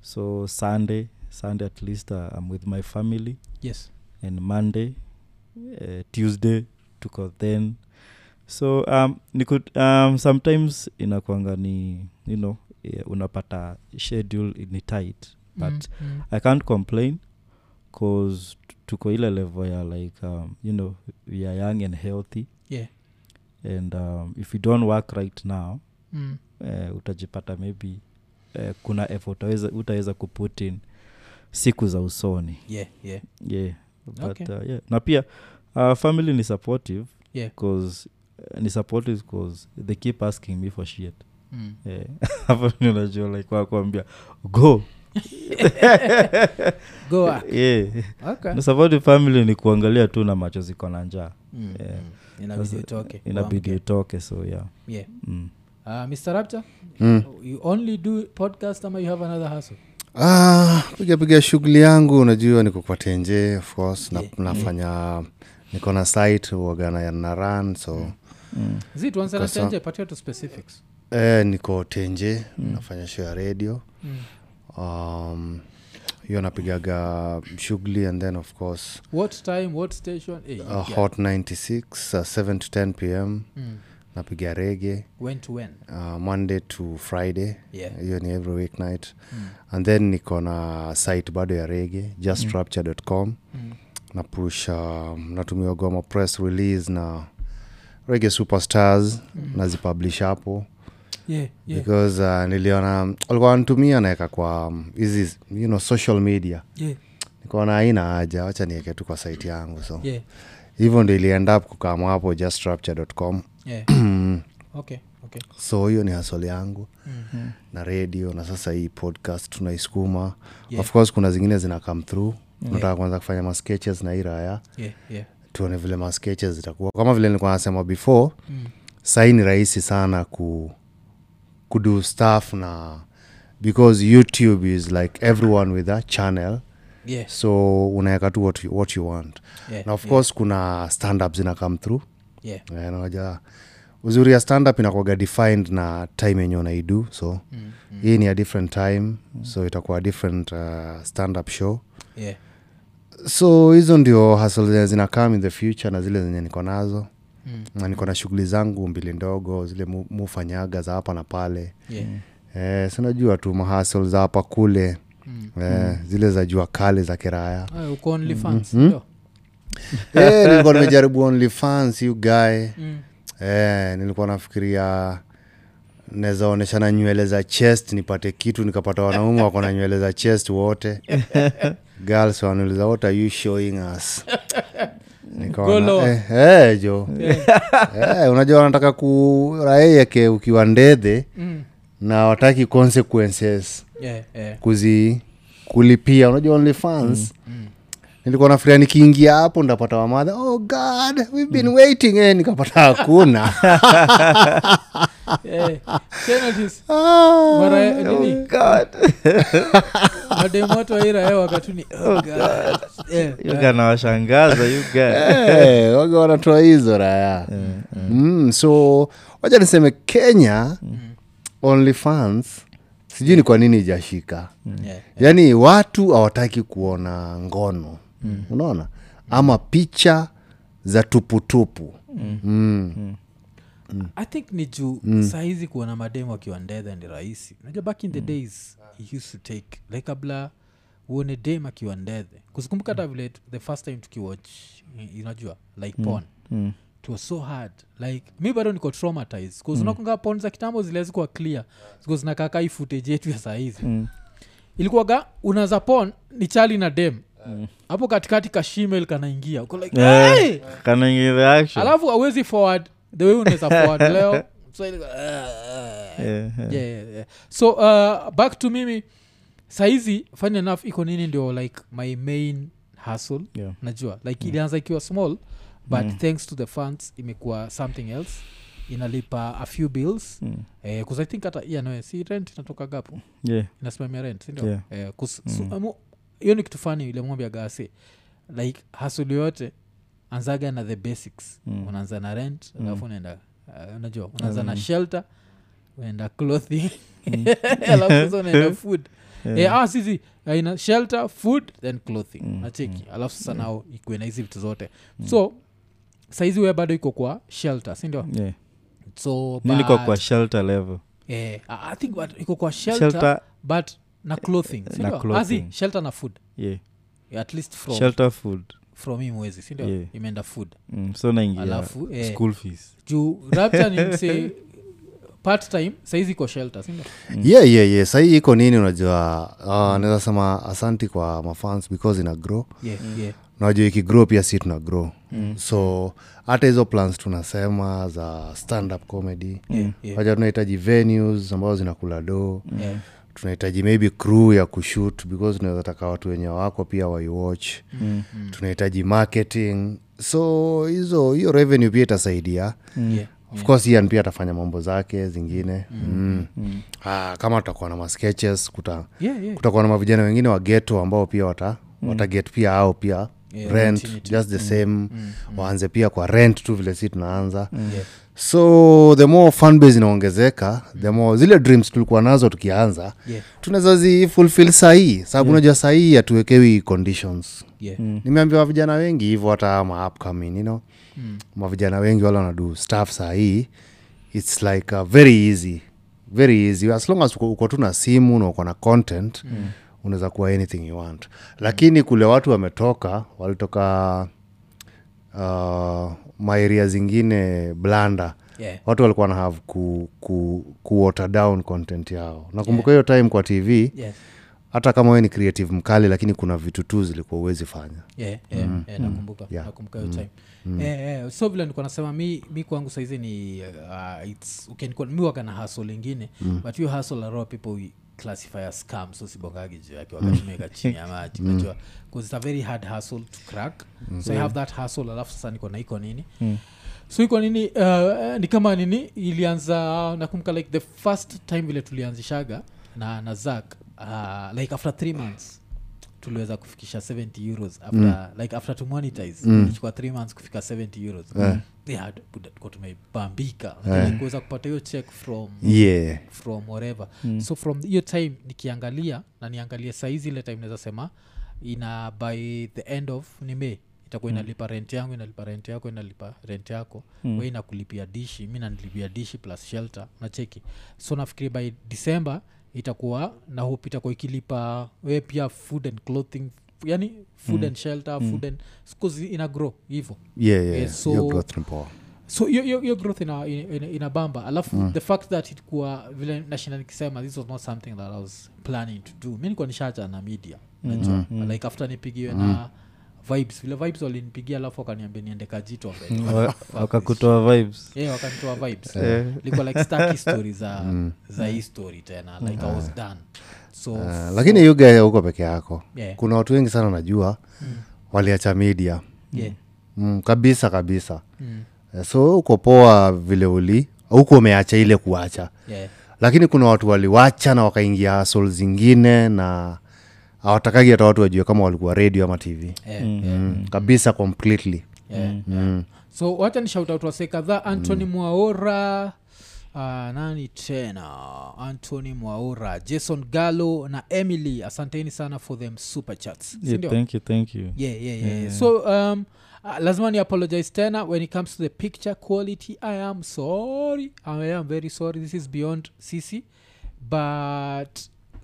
Speaker 2: so sunday sunday at least uh, i'm with my family
Speaker 1: yes.
Speaker 2: and monday uh, tuesday tuko then so um, niko, um, sometimes inakwanga ni you know eh, unapata schedule ni tight but
Speaker 1: Mm, mm,
Speaker 2: i can't complain cause t- tuko ile level ya like um, you know we are young and healthy
Speaker 1: yeah,
Speaker 2: and um, if you don't work right now
Speaker 1: mm.
Speaker 2: eh, utajipata maybe eh, kuna effort utaweza, utaweza kuput in siku za usoni
Speaker 1: yeah, yeah.
Speaker 2: yeah. But,
Speaker 1: Okay.
Speaker 2: uh, yeah. na pia uh, family ni supportive
Speaker 1: Yeah.
Speaker 2: 'cause, uh, ni supportive because they keep asking me for shit
Speaker 1: Mm.
Speaker 2: Eh, hapo ndio najua like wakuambia go
Speaker 1: go up.
Speaker 2: yeah.
Speaker 1: okay.
Speaker 2: Na supportive family ni kuangalia tu na macho ziko na njaa
Speaker 1: mm.
Speaker 2: Yeah.
Speaker 1: mm. inabidi
Speaker 2: Sasa,
Speaker 1: utoke
Speaker 2: inabidi
Speaker 1: uamke.
Speaker 2: utoke so yeah
Speaker 1: yeah.
Speaker 2: mm.
Speaker 1: uh, mr raptor
Speaker 2: Hmm.
Speaker 3: Mm.
Speaker 1: you only do podcast ama you have another hustle
Speaker 3: Ah, piga piga shughuli yangu unajua niko kwa tenje of course na,
Speaker 1: Yeah. Mm.
Speaker 3: nafanya niko na site uagana na run so
Speaker 2: Mm.
Speaker 1: zi tuanze na
Speaker 3: Kasa-
Speaker 1: chanje patia tu specifics
Speaker 3: eh, niko tenje nafanya show ya radio
Speaker 1: mm.
Speaker 3: um, hiyo napigaga shughuli and then of course
Speaker 1: what time what station Eh,
Speaker 3: uh,
Speaker 1: yeah.
Speaker 3: hot 96 uh, 7 to 10 pm
Speaker 1: mm.
Speaker 3: napiga rege
Speaker 1: when to when
Speaker 3: uh, monday to friday
Speaker 1: yeah
Speaker 3: hiyo ni every weeknight
Speaker 1: Mm.
Speaker 3: and then niko na site bado ya rege just rapture.com
Speaker 1: Mm.
Speaker 3: napusha natumia goma press release na rege superstars mm. nazipublish hapo
Speaker 1: yeah
Speaker 3: yeah.
Speaker 1: yeah
Speaker 3: because uh, niliona walikuwa wanatumia naeka kwa um, hizi you know, social media
Speaker 1: yeah
Speaker 3: nikaona haina haja wacha nieke tu kwa site yangu so
Speaker 1: yeah
Speaker 3: hivyo ndo iliend up kukama hapo justrapture.com
Speaker 1: yeah okay okay
Speaker 3: so hiyo ni hasol yangu
Speaker 2: Hmm.
Speaker 1: mm.
Speaker 3: na radio na sasa hii podcast tunaisukuma
Speaker 1: Yeah.
Speaker 3: yeah. of course kuna zingine zina come through yeah. nataka kwanza kufanya masketches na hii raya
Speaker 1: yeah yeah
Speaker 3: tuone vile masketches zitakuwa kama vile nilikuwa nasema before
Speaker 1: mm.
Speaker 3: sahii ni rahisi sana ku kudu staff na because youtube is like everyone with a channel
Speaker 1: yeah
Speaker 3: so unaweka tu what, you- what you want
Speaker 1: yeah
Speaker 3: na of course kuna standup zina come through
Speaker 1: yeah
Speaker 3: Eh, naja uzuri ya standup inakuaga defined na time yenye unaidu so
Speaker 1: mm.
Speaker 3: hii ni a different time mm. so itakuwa different uh, standup show
Speaker 1: yeah
Speaker 3: so hizo ndio hasl zenye zinakam in the future na zile zenye niko nazo
Speaker 1: mm.
Speaker 3: na niko na shughuli zangu mbili ndogo zile mu- mufanyaga za hapa na pale
Speaker 1: yeah
Speaker 3: eh, sinajua tu mahasl za hapa kule
Speaker 1: mm.
Speaker 3: eh, zile za jua kali za kiraya
Speaker 1: Ah, uko only fans
Speaker 3: Mhm.
Speaker 1: ndio?
Speaker 3: eh, nilikuwa nimejaribu OnlyFans, you guy
Speaker 1: Mm.
Speaker 3: eh, nilikuwa nafikiria naweza onyeshana nywele za chest nipate kitu nikapata wanaume wako na nywele za chest wote girls wanauliza what are you showing us
Speaker 1: Golo.
Speaker 3: nikaona eh, eh, jo eh, unajua wanataka kuraieke ukiwa ndedhe
Speaker 1: Mm.
Speaker 3: na wataki consequences
Speaker 1: yeah yeah
Speaker 3: kuzi kulipia unajua onlyfans nilikuwa nafikiria nikiingia hapo ndapata wamadha oh god we've been waiting eh, nikapata hakuna
Speaker 1: Eh, penalties
Speaker 3: Ah,
Speaker 1: Mara ya- nini?
Speaker 2: God.
Speaker 1: mademotoirae wakatuni oh God. Eh,
Speaker 2: You guy anawashangaza, you guy.
Speaker 3: eh, waga wanatoa hizo raya mm, so wacha niseme kenya onlyfans sijui ni kwa nini ijashika
Speaker 1: Mm. yeah.
Speaker 3: yaani watu hawataki kuona ngono unaona ama picha za tuputupu mm.
Speaker 1: i think ni juu mm. sahizi kuona mademu akiwa ndedhe ni rahisi najua back in
Speaker 2: Mm.
Speaker 1: the days it used to take like kabla uone dem akiwa ndedhe kuzikumbuka
Speaker 2: Mm.
Speaker 1: hata vile t- the first time tukiwatch i- unajua like mm. pon
Speaker 2: Mm.
Speaker 1: it was so hard like mi bado niko traumatized
Speaker 2: Mm.
Speaker 1: bcause unakunga pon za kitambo zilezikuwa clear bcause zinakaka hii footage yetu ya sahizi
Speaker 2: Mm.
Speaker 1: ilikuwaga unaza pon ni chali na dem hapo katikati kashimel kanaingia uko like
Speaker 2: Mm. Eh,
Speaker 1: "Hey!"
Speaker 2: kana ni reaction.
Speaker 1: alafu awezi forward the way unaweza forward leo so ilikuwa, "Ah, ah."
Speaker 2: Eh,
Speaker 1: Yeah,
Speaker 2: eh.
Speaker 1: yeah, yeah. so uh, back to mimi saizi funny enough iko nini ndio like my main hustle
Speaker 2: Yeah. Mm.
Speaker 1: najua like ilianza ikiwa small but thanks to the funds imekuwa something else inalipa a few bills
Speaker 2: Mm.
Speaker 1: eh, 'cause i think hata yeah, no, si rent inatoka gapo
Speaker 2: Yeah.
Speaker 1: inasimamia rent sindio
Speaker 2: Yeah. Mm.
Speaker 1: Eh, kus- su- amu- hiyo ni kitu fani ilemwambia gase like hasulu yote anzaga na the basics
Speaker 2: Mm.
Speaker 1: unaanza na rent alafu unaenda uh, unajua unaanza na shelter unaenda clothing
Speaker 2: Mm.
Speaker 1: alafu sasa unaenda food yeah. eh, ah, sisi eh, ina shelter food then clothing
Speaker 2: Mm,
Speaker 1: nacheki alafu sasa nao ikuwe na hizi vitu zote so saizi we bado iko kwa shelter sindio
Speaker 2: Yeah.
Speaker 1: so
Speaker 2: Mi Mm. niko
Speaker 1: but-
Speaker 2: kwa shelter level
Speaker 1: eh, I I think but iko kwa shelter
Speaker 2: shelter,
Speaker 1: but na clothing
Speaker 2: na
Speaker 1: sindio
Speaker 2: clothing.
Speaker 1: azi shelter na food
Speaker 2: yeah.
Speaker 1: at least from,
Speaker 2: shelter food
Speaker 1: from hii mwezi sindio
Speaker 2: Yeah.
Speaker 1: imeenda food
Speaker 2: mm, so naingia
Speaker 1: Alafu, eh.
Speaker 2: school fees
Speaker 1: juu rapta ni mse part time saizi kwa shelter sindio
Speaker 3: yeah, yeah, yeah. sahii iko nini unajua uh, naweza sema asanti kwa mafans because ina grow
Speaker 2: Mm.
Speaker 1: yeah, yeah.
Speaker 3: najua ikigrow pia si tuna grow mm. so hata hizo plans tunasema za stand up comedy
Speaker 1: Yeah, yeah.
Speaker 3: Wajua tunahitaji venues ambazo zinakula doo
Speaker 2: Mm.
Speaker 1: Yeah.
Speaker 3: tunahitaji maybe crew ya kushoot because tunaweza taka watu wenye wako pia waiwatch mm.
Speaker 1: Mm-hmm.
Speaker 3: tunahitaji marketing so hizo hiyo revenue pia itasaidia
Speaker 1: Yeah. Mm-hmm.
Speaker 3: of course Ian pia atafanya mambo zake zingine mm. Mm. Ah, kama tutakuwa na masketches kuta,
Speaker 1: Yeah, yeah.
Speaker 3: kutakuwa na mavijana wengine wa geto ambao pia wata mm. wataget pia ao pia
Speaker 1: Yeah,
Speaker 3: yeah, rent
Speaker 1: opportunity.
Speaker 3: just the same mm. waanze pia kwa rent tu vile si tunaanza mm.
Speaker 1: Yeah.
Speaker 3: so the more fan base inaongezeka the more zile dreams tulikuwa nazo tukianza
Speaker 1: Yeah.
Speaker 3: tunaweza zifulfil sahii sababu unajua sahii hatuwekewi conditions
Speaker 1: Yeah.
Speaker 2: Mm.
Speaker 3: nimeambiwa vijana wengi hivyo hata ma upcoming you know mm. mavijana wengi wala wanadu staff sahii its like uh, very easy very easy as long as uko- uko tu na simu na uko na content mm. unaweza kuwa anything you want lakini kule watu wametoka walitoka uh, maeria zingine blanda
Speaker 1: Yeah.
Speaker 3: watu walikuwa na have ku, ku, ku water down content yao nakumbuka hiyo time kwa tv
Speaker 1: Yeah.
Speaker 3: hata kama wewe ni creative mkali lakini kuna vitu tu zilikuwa uwezi fanya
Speaker 1: Yeah, yeah, yeah, nakumbuka
Speaker 3: Yeah.
Speaker 1: nakumbuka hiyo time Eh, eh, so vile nikuwa nasema mi, mi kwangu saizi ni uh, its okay, nikuwa, mi wakana hasl ingine but hiyo hasl aroa people we classify as scam so sibongagi juu yake wakatumeka chini ya maji unajua bcause its a very hard hasl to crack so i have that hasl alafu sasa niko na iko nini so iko nini uh, ni kama nini ilianza nakumbuka like the first time vile tulianzishaga na na zak uh, like after three months tuliweza kufikisha 70 euros after, mm. like after to monetize mm. Eh. ilichukua 3 months kufika 70 euros yeah. they had tuko tumebambika yeah. kuweza kupata hiyo check from
Speaker 3: yeah.
Speaker 1: from whatever mm. so from hiyo time nikiangalia na niangalie saizi ile time naweza sema ina by the end of ni may itakuwa inalipa rent yangu inalipa rent yako inalipa rent yako mm. we inakulipia dishi mi nanilipia dishi plus shelter nacheki so nafikiri by december itakuwa na hope itakuwa ikilipa we pia food and clothing yani food mm. and shelter food and scusi ina grow hivo
Speaker 3: Yeah, yeah.
Speaker 1: Eh, so-
Speaker 3: Hiyo growth ni poa.
Speaker 1: so hiyo- hiyo hiyo growth ina, ina, ina bamba alafu mm. the fact that ilikuwa vile nashinda nikisema this was not something that i was planning to do mi nilikuwa nishacha na media
Speaker 3: Mm-hmm.
Speaker 1: najua mm. like after nipigiwe mm. na vibes vile vibes walinipigia alafu wakaniambia niende kajito mbele.
Speaker 3: Mm-hmm.
Speaker 2: Wa-
Speaker 1: Fuck this
Speaker 2: wakakutoa vibes
Speaker 1: yeah, wakanitoa vibes
Speaker 2: Eh.
Speaker 1: likuwa like staki story za
Speaker 3: Mm.
Speaker 1: za hii story tena like i was done so
Speaker 3: Ah, lakini yuga huko peke yako
Speaker 1: Yeah. Hmm.
Speaker 3: kuna watu wengi sana najua waliacha media
Speaker 1: yeah, Mm.
Speaker 3: mm, kabisa kabisa Eh, so uko poa vile uli huko umeacha ile kuacha
Speaker 1: yeah,
Speaker 3: lakini kuna watu waliwacha na wakaingia sol zingine na hawatakagi hata watu wajue kama walikuwa radio ama tv
Speaker 1: yeah, Hmm.
Speaker 3: mm. kabisa completely
Speaker 1: yeah, yeah. so wacha ni shout out wasee kadhaa antony mwaora uh, nani tena antony mwaora jason gallo na emily asanteni sana for them super chats
Speaker 2: yeah,
Speaker 1: sindio
Speaker 2: thank you thank you
Speaker 1: yeah, yeah, yeah. yeah. so um, uh, lazima ni apologize tena when it comes to the picture quality i am sorry i am very sorry this is beyond cc but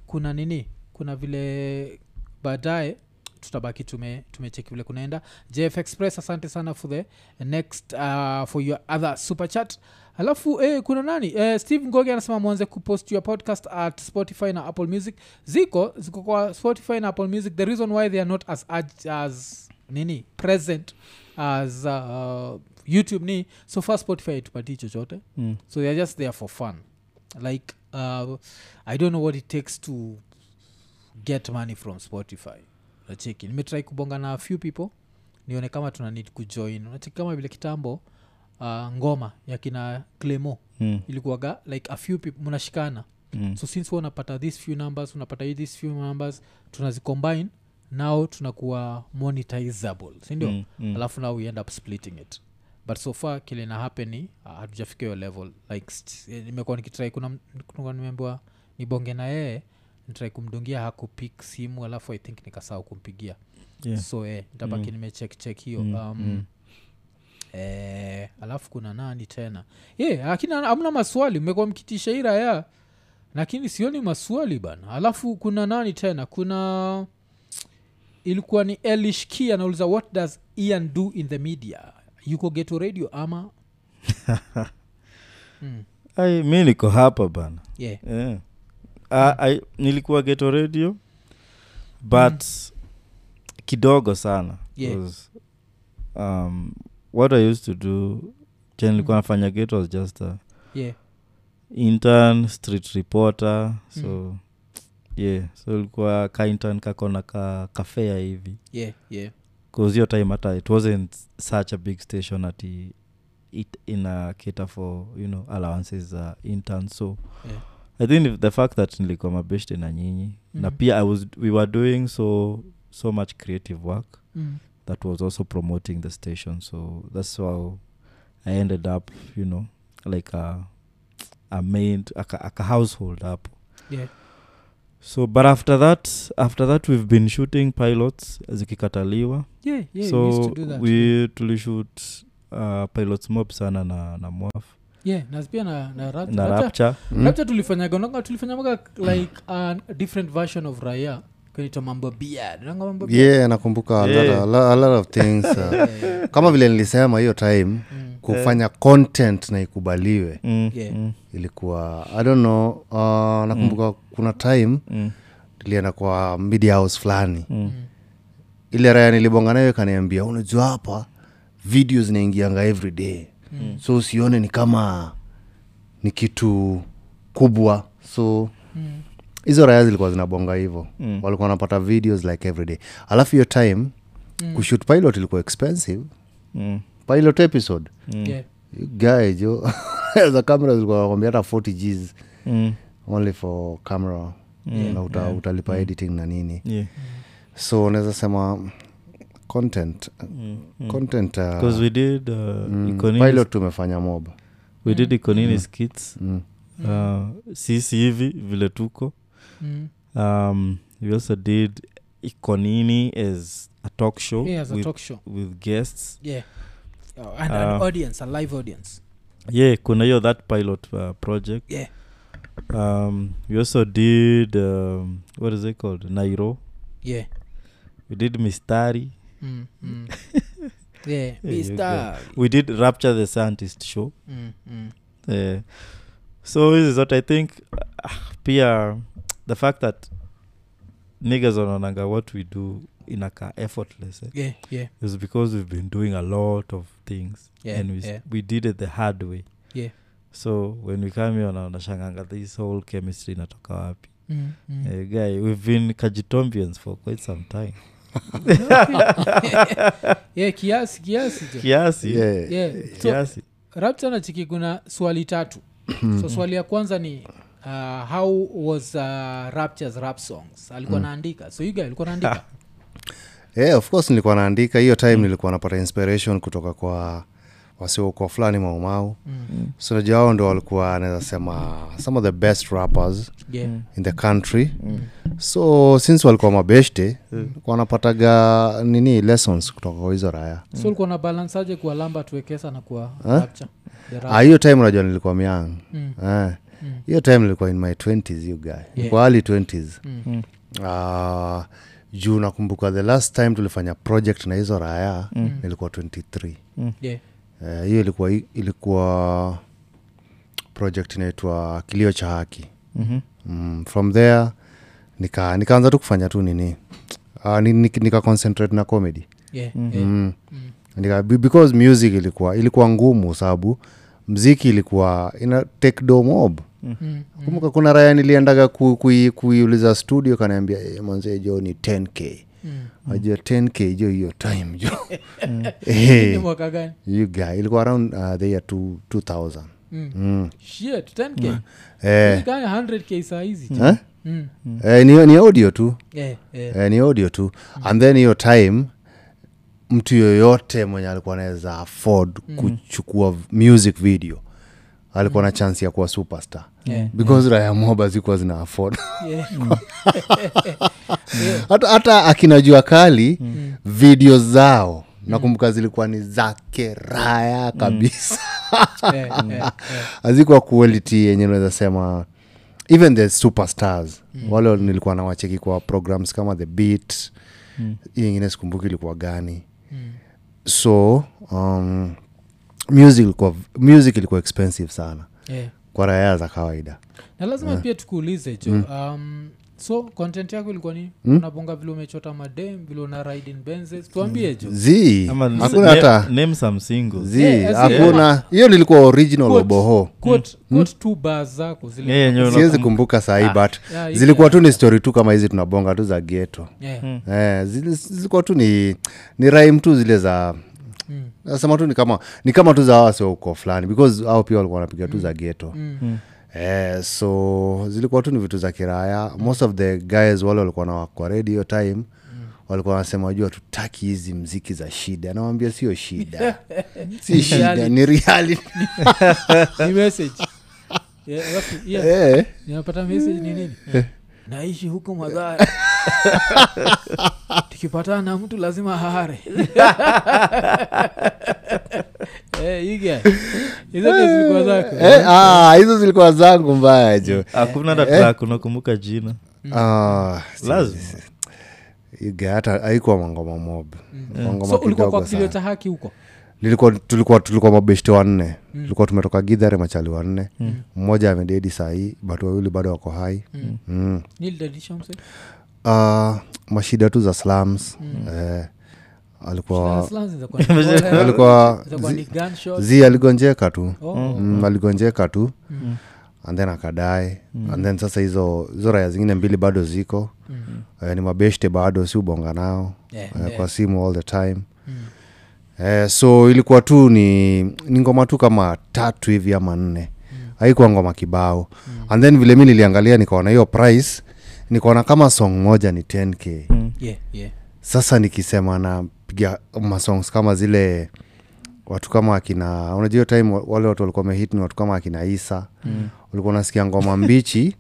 Speaker 1: kuna nini kuna vile baadaye tutabaki tume tumecheki vile kunaenda jf express asante sana for the next uh, for your other super chat alafu eh, kuna nani eh, steve ngoge anasema mwanze kupost your podcast at spotify na apple music ziko ziko kwa spotify na apple music the reason why they are not as, urg- as nini present as uh, youtube ni so far spotify tupatii chochote mm. so theyare just there for fun like uh, i don't know what it takes to get money from spotify nacheki nimetrai kubonga na a few people nione kama tuna need kujoin nacheki kama vile kitambo uh, ngoma ya kina clemo
Speaker 2: Mm.
Speaker 1: ilikuwaga like a few people mnashikana
Speaker 2: Mm.
Speaker 1: so since huwa unapata these few numbers unapata hii these few numbers tunazicombine now tunakuwa monetizable sindio
Speaker 2: Mm, mm.
Speaker 1: alafu now we end up splitting it but so far kile na happen ni uh, hatujafika hiyo level like st- eh, nimekuwa nikitrai kuna m- kuna nimeambiwa nibonge na yeye nitrai kumdungia hakupik simu alafu i think nikasahau kumpigia
Speaker 2: Yeah.
Speaker 1: so eh, ntabaki mm. nimecheck check hiyo mm. um, mm. Eh, alafu kuna nani tena yeah, lakini amna maswali mmekuwa mkitisha hii raya lakini sioni maswali bana alafu kuna nani tena kuna ilikuwa ni elish ki anauliza what does ian do in the media yuko geto radio ama
Speaker 2: ai mi niko hapa bana
Speaker 1: Mm, yeah.
Speaker 2: yeah.
Speaker 1: Mm.
Speaker 2: Ah, I, nilikuwa geto radio but kidogo sana
Speaker 1: Mm. Yeah.
Speaker 2: 'cause, um, what i used to do chenye
Speaker 1: Mm.
Speaker 2: nilikuwa nafanya geto was just a
Speaker 1: Yeah.
Speaker 2: intern street reporter so
Speaker 1: Mm.
Speaker 2: yeah so ilikuwa ka intern kakona ka kafea hivi
Speaker 1: Yeah. Yeah.
Speaker 2: bcause hiyo time hata it wasn't such a big station ati it ina cater for you know allowances za intern so
Speaker 1: Yeah.
Speaker 2: i think if the fact that nilikuwa mabeshte na nyinyi na
Speaker 1: Mhm.
Speaker 2: pia I was, we were doing so so much creative work
Speaker 1: Mm.
Speaker 2: that was also promoting the station so that's how i ended up you know like a, a main a, ka- a ka household up
Speaker 1: Yeah.
Speaker 2: so but after that after that we've been shooting pilots zikikataliwa
Speaker 1: Yeah, yeah, we used
Speaker 2: so
Speaker 1: to do that.
Speaker 2: we tulishut uh, pilots mob sana na na mwaf
Speaker 1: yeah, na pia na, na Rapture.
Speaker 2: na
Speaker 1: Rapture-
Speaker 2: rapture
Speaker 3: Hmm?
Speaker 1: rapture tulifanyaga nanga tulifanyamaga like a different version of raya kanita mambo beard nanga mambo beard
Speaker 3: yeah nakumbuka a lot
Speaker 2: Yeah.
Speaker 3: of- lo- a lot of things uh,
Speaker 1: yeah.
Speaker 3: kama vile nilisema hiyo time
Speaker 1: Mm.
Speaker 3: kufanya content na ikubaliwe
Speaker 2: Mm,
Speaker 1: Yeah.
Speaker 2: mm,
Speaker 3: ilikuwa i don't know uh, nakumbuka kuna time
Speaker 2: mm,
Speaker 3: nilienda kwa media house fulani
Speaker 2: mm.
Speaker 3: ile raya nilibonga nayo ikaniambia unajua hapa video zinaingianga every day mm. so usione ni kama ni kitu kubwa so
Speaker 1: Mm.
Speaker 3: hizo raya zilikuwa zinabonga hivyo
Speaker 2: Mm.
Speaker 3: walikuwa wanapata videos like every day alafu hiyo time
Speaker 1: Mm.
Speaker 3: mm. kushut pilot ilikuwa expensive
Speaker 2: mm,
Speaker 3: pilot episode
Speaker 2: mm,
Speaker 1: Yeah.
Speaker 3: guy jo za kamera zilikuwa wanakwambia hata 40 gs
Speaker 2: mm,
Speaker 3: only for camera
Speaker 2: Mm.
Speaker 3: na uta, utalipa editing na nini
Speaker 2: yeah.
Speaker 3: so unaweza sema content
Speaker 2: Mm, mm.
Speaker 3: content uh,
Speaker 2: because we did uh,
Speaker 3: mm,
Speaker 2: Iconini-
Speaker 3: pilot tumefanya moba
Speaker 2: we
Speaker 1: Mm.
Speaker 2: did iconini skits
Speaker 3: mm.
Speaker 2: uh, sisi hivi vile tuko
Speaker 1: Mm.
Speaker 2: um, we also did iconini as a talk show
Speaker 1: Yeah, as a
Speaker 2: with,
Speaker 1: talk show
Speaker 2: with guests
Speaker 1: yeah Oh, and an
Speaker 2: Uh,
Speaker 1: audience a live audience
Speaker 2: yeah kuna hiyo that pilot uh, project
Speaker 1: yeah
Speaker 2: um, we also did um, what is it called nairo
Speaker 1: yeah
Speaker 2: we did mistari
Speaker 1: mm. Mm. yeah
Speaker 2: There you
Speaker 1: Mr.
Speaker 2: we did rapture the scientist show
Speaker 1: Mm. Mm.
Speaker 2: Eh, so this is what i think ah, pia the fact that niggers wanaonanga what we do inaka effortless eh,
Speaker 1: yeah yeah
Speaker 2: is because we've been doing a lot of things
Speaker 1: Yeah,
Speaker 2: and we, s-
Speaker 1: yeah.
Speaker 2: we did it the hard way
Speaker 1: Yeah.
Speaker 2: so when we come here wanashanganga this whole chemistry inatoka wapi
Speaker 1: Mm. Mm.
Speaker 2: Eh, guy we've been kajitombians for quite some time
Speaker 1: yeah kiasi kiasi jo
Speaker 2: kiasi
Speaker 3: yeah.
Speaker 1: yeah so
Speaker 2: kiasi
Speaker 1: rapta nachiki kuna swali tatu so
Speaker 3: Hmm.
Speaker 1: swali ya kwanza ni uh, how was uh, raptures rap songs alikuwa
Speaker 3: Hmm.
Speaker 1: naandika so you guy alikuwa naandika
Speaker 3: Yeah, of course nilikuwa naandika hiyo time
Speaker 2: Mm.
Speaker 3: nilikuwa napata inspiration kutoka kwa wasiokuwa fulani maumau mm. so najua hao ndo walikuwa anaweza sema some of the best rappers
Speaker 1: yeah
Speaker 3: in the country mm. so since walikuwa mabeshte mm. wanapataga nini lessons kutoka kwa hizo raya
Speaker 1: so ulikuwa na balance aje kuwa lamba tuwekesa na kuwa rapture The rap-
Speaker 3: Ah, hiyo time unajua nilikuwa myang
Speaker 1: Mm.
Speaker 3: Eh. hiyo time nilikuwa in my 20s you guy nilikuwa early 20s
Speaker 1: Mm.
Speaker 3: Ah, juu nakumbuka the last time tulifanya project na hizo raya nilikuwa 23
Speaker 1: yeah
Speaker 3: Eh, hiyo ilikuwa ilikuwa project inaitwa kilio cha haki
Speaker 2: Mhm.
Speaker 3: mm, from there nika nikaanza tu kufanya tu nini uh, ni, ni, nika concentrate na comedy
Speaker 1: yeah yeah
Speaker 3: mm. nika, be- because music ilikuwa ilikuwa ngumu sababu mziki ilikuwa ina take do mob
Speaker 1: Mm.
Speaker 3: kumbuka kuna raya niliendaga ku, kui, kuiuliza studio kaniambia hey, manzee jo ni 10k
Speaker 1: Mm.
Speaker 3: ajua 10k jo hiyo time jo hey,
Speaker 1: Ni mwaka gani
Speaker 3: you guy ilikuwa around uh, the year two- 2000
Speaker 1: Mm.
Speaker 3: mm.
Speaker 1: shit 10k
Speaker 3: eh,
Speaker 1: Ni kama 100k saa hizi
Speaker 3: eh?
Speaker 1: Mm.
Speaker 3: Eh, ni, ni audio tu
Speaker 1: yeah yeah
Speaker 3: eh, ni audio tu and then hiyo time mtu yoyote mwenye alikuwa anaweza afford
Speaker 1: Mm.
Speaker 3: kuchukua v- music video alikuwa na chance ya kuwa superstar
Speaker 1: Yeah.
Speaker 3: because raya moba zikuwa zina afford
Speaker 1: yeah
Speaker 3: hata, hata akinajua kali
Speaker 1: Mm.
Speaker 3: video zao nakumbuka zilikuwa ni zake raya
Speaker 1: Mm.
Speaker 3: kabisa
Speaker 1: yeah yeah yeah
Speaker 3: hazikuwa quality yenye unaweza sema even the superstars mm. wale nilikuwa nawacheki kwa programs kama the beat mm. hii ingine sikumbuki ilikuwa gani
Speaker 1: Mm.
Speaker 3: so um, music ilikuwa, music ilikuwa expensive sana
Speaker 1: yeah
Speaker 3: kwa raya za kawaida
Speaker 1: na lazima
Speaker 3: Eh.
Speaker 1: pia tukuulize jo mm. um, so content yako ilikuwa ni
Speaker 3: Hmm?
Speaker 1: mm. unabonga vile umechota madem vile una ride in benzes
Speaker 3: Mm.
Speaker 1: tuambie jo
Speaker 3: z
Speaker 2: Ama n-
Speaker 3: hakuna
Speaker 2: ne-
Speaker 3: hata
Speaker 2: name some singles
Speaker 3: z
Speaker 1: Eh, as in-
Speaker 3: hakuna hiyo nilikuwa original
Speaker 1: Quote.
Speaker 3: oboho
Speaker 1: quote,
Speaker 3: Hmm?
Speaker 1: quote tu baa zako zile
Speaker 2: Yeah, yenyewe
Speaker 3: siwezi
Speaker 2: unakumbuka.
Speaker 3: kumbuka sahii but
Speaker 1: Yeah, hii
Speaker 3: zilikuwa tu ni story tu kama hizi tunabonga tu za geto
Speaker 1: yeah.
Speaker 3: eh, zili- zilikuwa tu ni ni raim tu zile za
Speaker 1: Mm.
Speaker 3: nasema tu ni kama ni kama tu za wase uko fulani because au pia walikuwa wanapiga tu za geto
Speaker 1: Mm.
Speaker 3: eh, so zilikuwa tu ni vitu za kiraya most of the guys wale walikuwa na kwa radio hiyo time
Speaker 1: Mm.
Speaker 3: walikuwa wanasema jua tutaki hizi mziki za shida nawambia sio shida si shida ni reality
Speaker 1: ni message yeah, alafu, yeah.
Speaker 3: eh.
Speaker 1: ninapata message ni nini naishi huku madhara tukipatana na mtu lazima hahare Eh, hii guy. Hizo ndio zilikuwa zako.
Speaker 3: Eh, ah, hizo zilikuwa zangu mbaya jo
Speaker 2: hakuna
Speaker 3: Eh?
Speaker 2: hata track unakumbuka jina
Speaker 1: Mm.
Speaker 3: Ah, si-
Speaker 2: lazima
Speaker 3: Iga, hata haikuwa mangoma mob
Speaker 1: Mm.
Speaker 3: mangoma
Speaker 1: so ulikuwa
Speaker 3: kidogo
Speaker 1: kwa kilio
Speaker 3: sana.
Speaker 1: cha haki huko
Speaker 3: Lilikuwa- tulikuwa tulikuwa mabeshte wanne
Speaker 1: Mm.
Speaker 3: tulikuwa tumetoka gidhare machali wanne mmoja amededi sahii batu wawili bado wako hai mm.
Speaker 1: nilidadisha mse
Speaker 3: Ah, mashida tu za slums
Speaker 1: Mm.
Speaker 3: eh, alikuwa alikuwa zi- zi aligonjeka tu mm, aligonjeka tu mm. and then akadae mm. and then sasa hizo hizo raya zingine mbili bado ziko mm. eh, ni mabeshte bado si ubonga nao
Speaker 1: Yeah,
Speaker 3: eh, kwa simu all the time eh, so ilikuwa tu ni, ni ngoma tu kama tatu hivi ama nne haikuwa ngoma kibao and then vile mi niliangalia nikaona hiyo price nikaona kama song moja ni 10k sasa nikisema napiga masongs kama zile watu kama akina unajua hiyo time wa- wale watu walikuwa wamehit ni watu kama akina isa mm. ulikuwa unasikia ngoma mbichi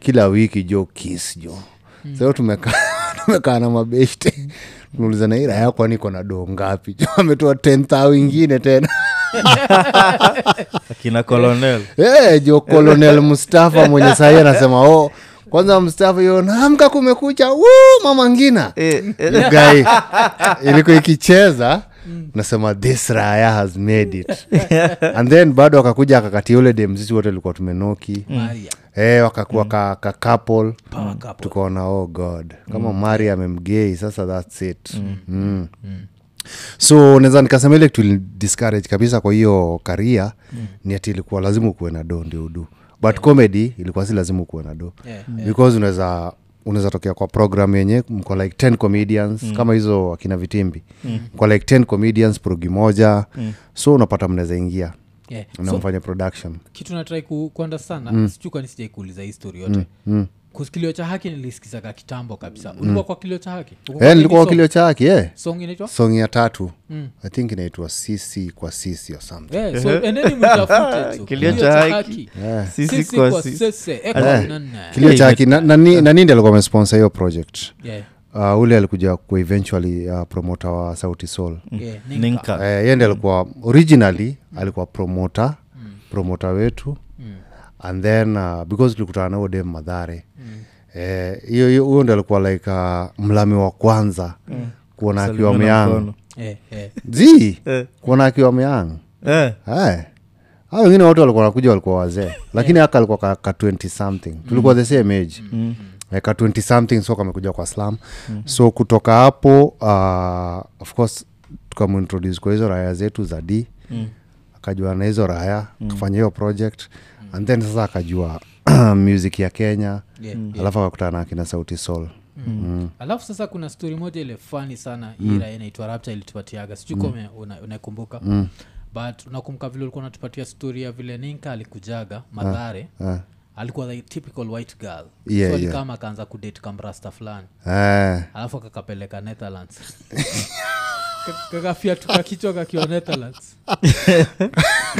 Speaker 3: kila wiki jo kis jo mm. saio tumekaa tumekaa na mabeshte tunaulizana hii raya kwani iko na doo ngapi jo ametoa 10 ingine tena
Speaker 2: akina colonel
Speaker 3: Eh, jo colonel mustafa mwenye sahii anasema o kwanza mustafa yo naamka kumekucha "Woo, mama ngina
Speaker 2: Eh,
Speaker 3: gai ilikuwa ikicheza nasema this raya has made it and then bado akakuja akakatia ule dem sisi wote likuwa tumenoki eh, wakakuwa ka, ka couple tukaona oh god kama mari amemgei sasa thats it mm. Mm. so naweza nikasema ile kitu discourage kabisa kwa hiyo karia mm. ni ati ilikuwa lazima ukuwe na do ndio udu but yeah. comedy ilikuwa si lazima ukuwe na do
Speaker 1: Yeah,
Speaker 3: because unaweza unaweza tokea kwa program yenye mko like 10 comedians mm. kama hizo akina vitimbi mm. mko like 10 comedians progi moja mm. so unapata mnaweza ingia na mfanye production
Speaker 1: kitu natrai kuanda sana mm. sichukani sijai kuuliza hii story yote mm. mm kilio cha haki nilisikizaga kitambo kabisa ulikuwa kwa kilio cha haki Ulikuwa kwa
Speaker 3: Eh, nilikuwa
Speaker 1: hiki song?
Speaker 3: kilio chake yeah.
Speaker 1: song inaitwa
Speaker 3: eh. song ya tatu mm. i think inaitwa sisi kwa sisi or something
Speaker 1: Eh, so endeni mtafute tu.
Speaker 2: Eh, Kilio cha haki.
Speaker 3: Eh.
Speaker 2: sisi
Speaker 1: Sisi
Speaker 2: kwa
Speaker 1: kwa
Speaker 2: sisi
Speaker 1: sese, eko na nne.
Speaker 3: kilio
Speaker 2: Yeah,
Speaker 3: chake na, na, ni- na nindi alikuwa amesponsor hiyo project
Speaker 1: Yeah,
Speaker 3: uh, ule alikuja ku eventually uh, promoter wa sauti sol
Speaker 1: yeah, ninka.
Speaker 2: ninka
Speaker 3: Eh, yeye ndi alikuwa originally alikuwa promoter
Speaker 2: Mm.
Speaker 3: promoter wetu and then uh, because tulikutana nao dem madhare
Speaker 2: Mm.
Speaker 3: Eh, hiyo hiyo- huyo ndi alikuwa like uh, mlami wa kwanza kuona akiwa
Speaker 2: Salimiana
Speaker 3: meang
Speaker 2: Mm. mkono.
Speaker 1: Eh, eh.
Speaker 3: zi
Speaker 2: Eh.
Speaker 3: kuona akiwa meang
Speaker 2: Eh,
Speaker 3: Aye. hao wengine watu walikuwa wanakuja walikuwa wazee lakini aka alikuwa ka, ka 20 something tulikuwa the same age mm. ka 20 something so kamekuja kwa slam mm. so kutoka hapo uh, of course tukamintroduce kwa hizo raya zetu za d mm. akajua na hizo raya mm. kafanya hiyo project and then sasa akajua music ya kenya Mm.
Speaker 1: Yeah,
Speaker 3: alafu akakutana na akina sauti sol Mm.
Speaker 1: alafu sasa kuna story moja ile fani sana mm. ira inaitwa rapta ilitupatiaga sichukome mm. unaikumbuka una mm. but unakumbuka vile ulikuwa unatupatia story ya vile ninka alikujaga madhare alikuwa the typical white girl
Speaker 3: Ah, Yeah,
Speaker 1: so
Speaker 3: yeah.
Speaker 1: alikama akaanza kudate kamrasta fulani
Speaker 3: eh,
Speaker 1: alafu akakapeleka netherlands Ka- kakafia tukakichwa kakiwa netherlands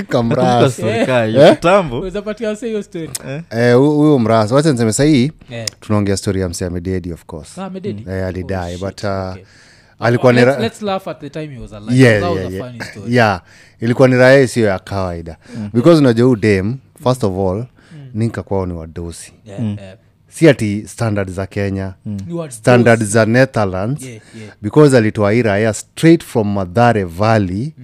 Speaker 3: kamras Ah,
Speaker 2: kumbuka story kaa hiyo. kitambo
Speaker 1: uwezapatia se hiyo story
Speaker 3: Oh. Eh, hu- huyo mras wacha niseme sahii
Speaker 1: Eh.
Speaker 3: tunaongea story ya msiamededi of course
Speaker 1: Ah, amededi?
Speaker 3: Eh, alidai
Speaker 1: shit,
Speaker 3: but uh,
Speaker 1: okay.
Speaker 3: alikuwa
Speaker 1: Oh,
Speaker 3: ni ra-
Speaker 1: let's- let's laugh at the time he was alive.
Speaker 3: yeah,
Speaker 1: That was a
Speaker 3: yeah, yeah.
Speaker 1: funny story. Mm-hmm.
Speaker 3: yeah ilikuwa ni raha isiyo ya kawaida because unajua huu dem first of all
Speaker 1: Mm.
Speaker 3: ninka kwao ni wadosi
Speaker 1: Yeah, eh,
Speaker 3: si ati standard za kenya
Speaker 1: ni wa
Speaker 3: standard za netherlands
Speaker 1: Yeah, yeah.
Speaker 3: because alitoa hii raia straight from
Speaker 1: Mm.
Speaker 3: madhare valley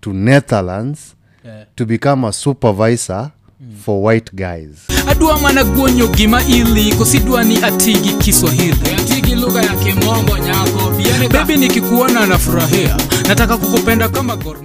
Speaker 3: to netherlands
Speaker 1: dosi. Eh,
Speaker 3: to become a supervisor
Speaker 1: Mm.
Speaker 3: for white guys
Speaker 1: adwa mana guonyo gima ili kosidwa ni atigi kiswahili atigi lugha ya kimombo nyako bebi nikikuona nafurahia nataka kukupenda kama gor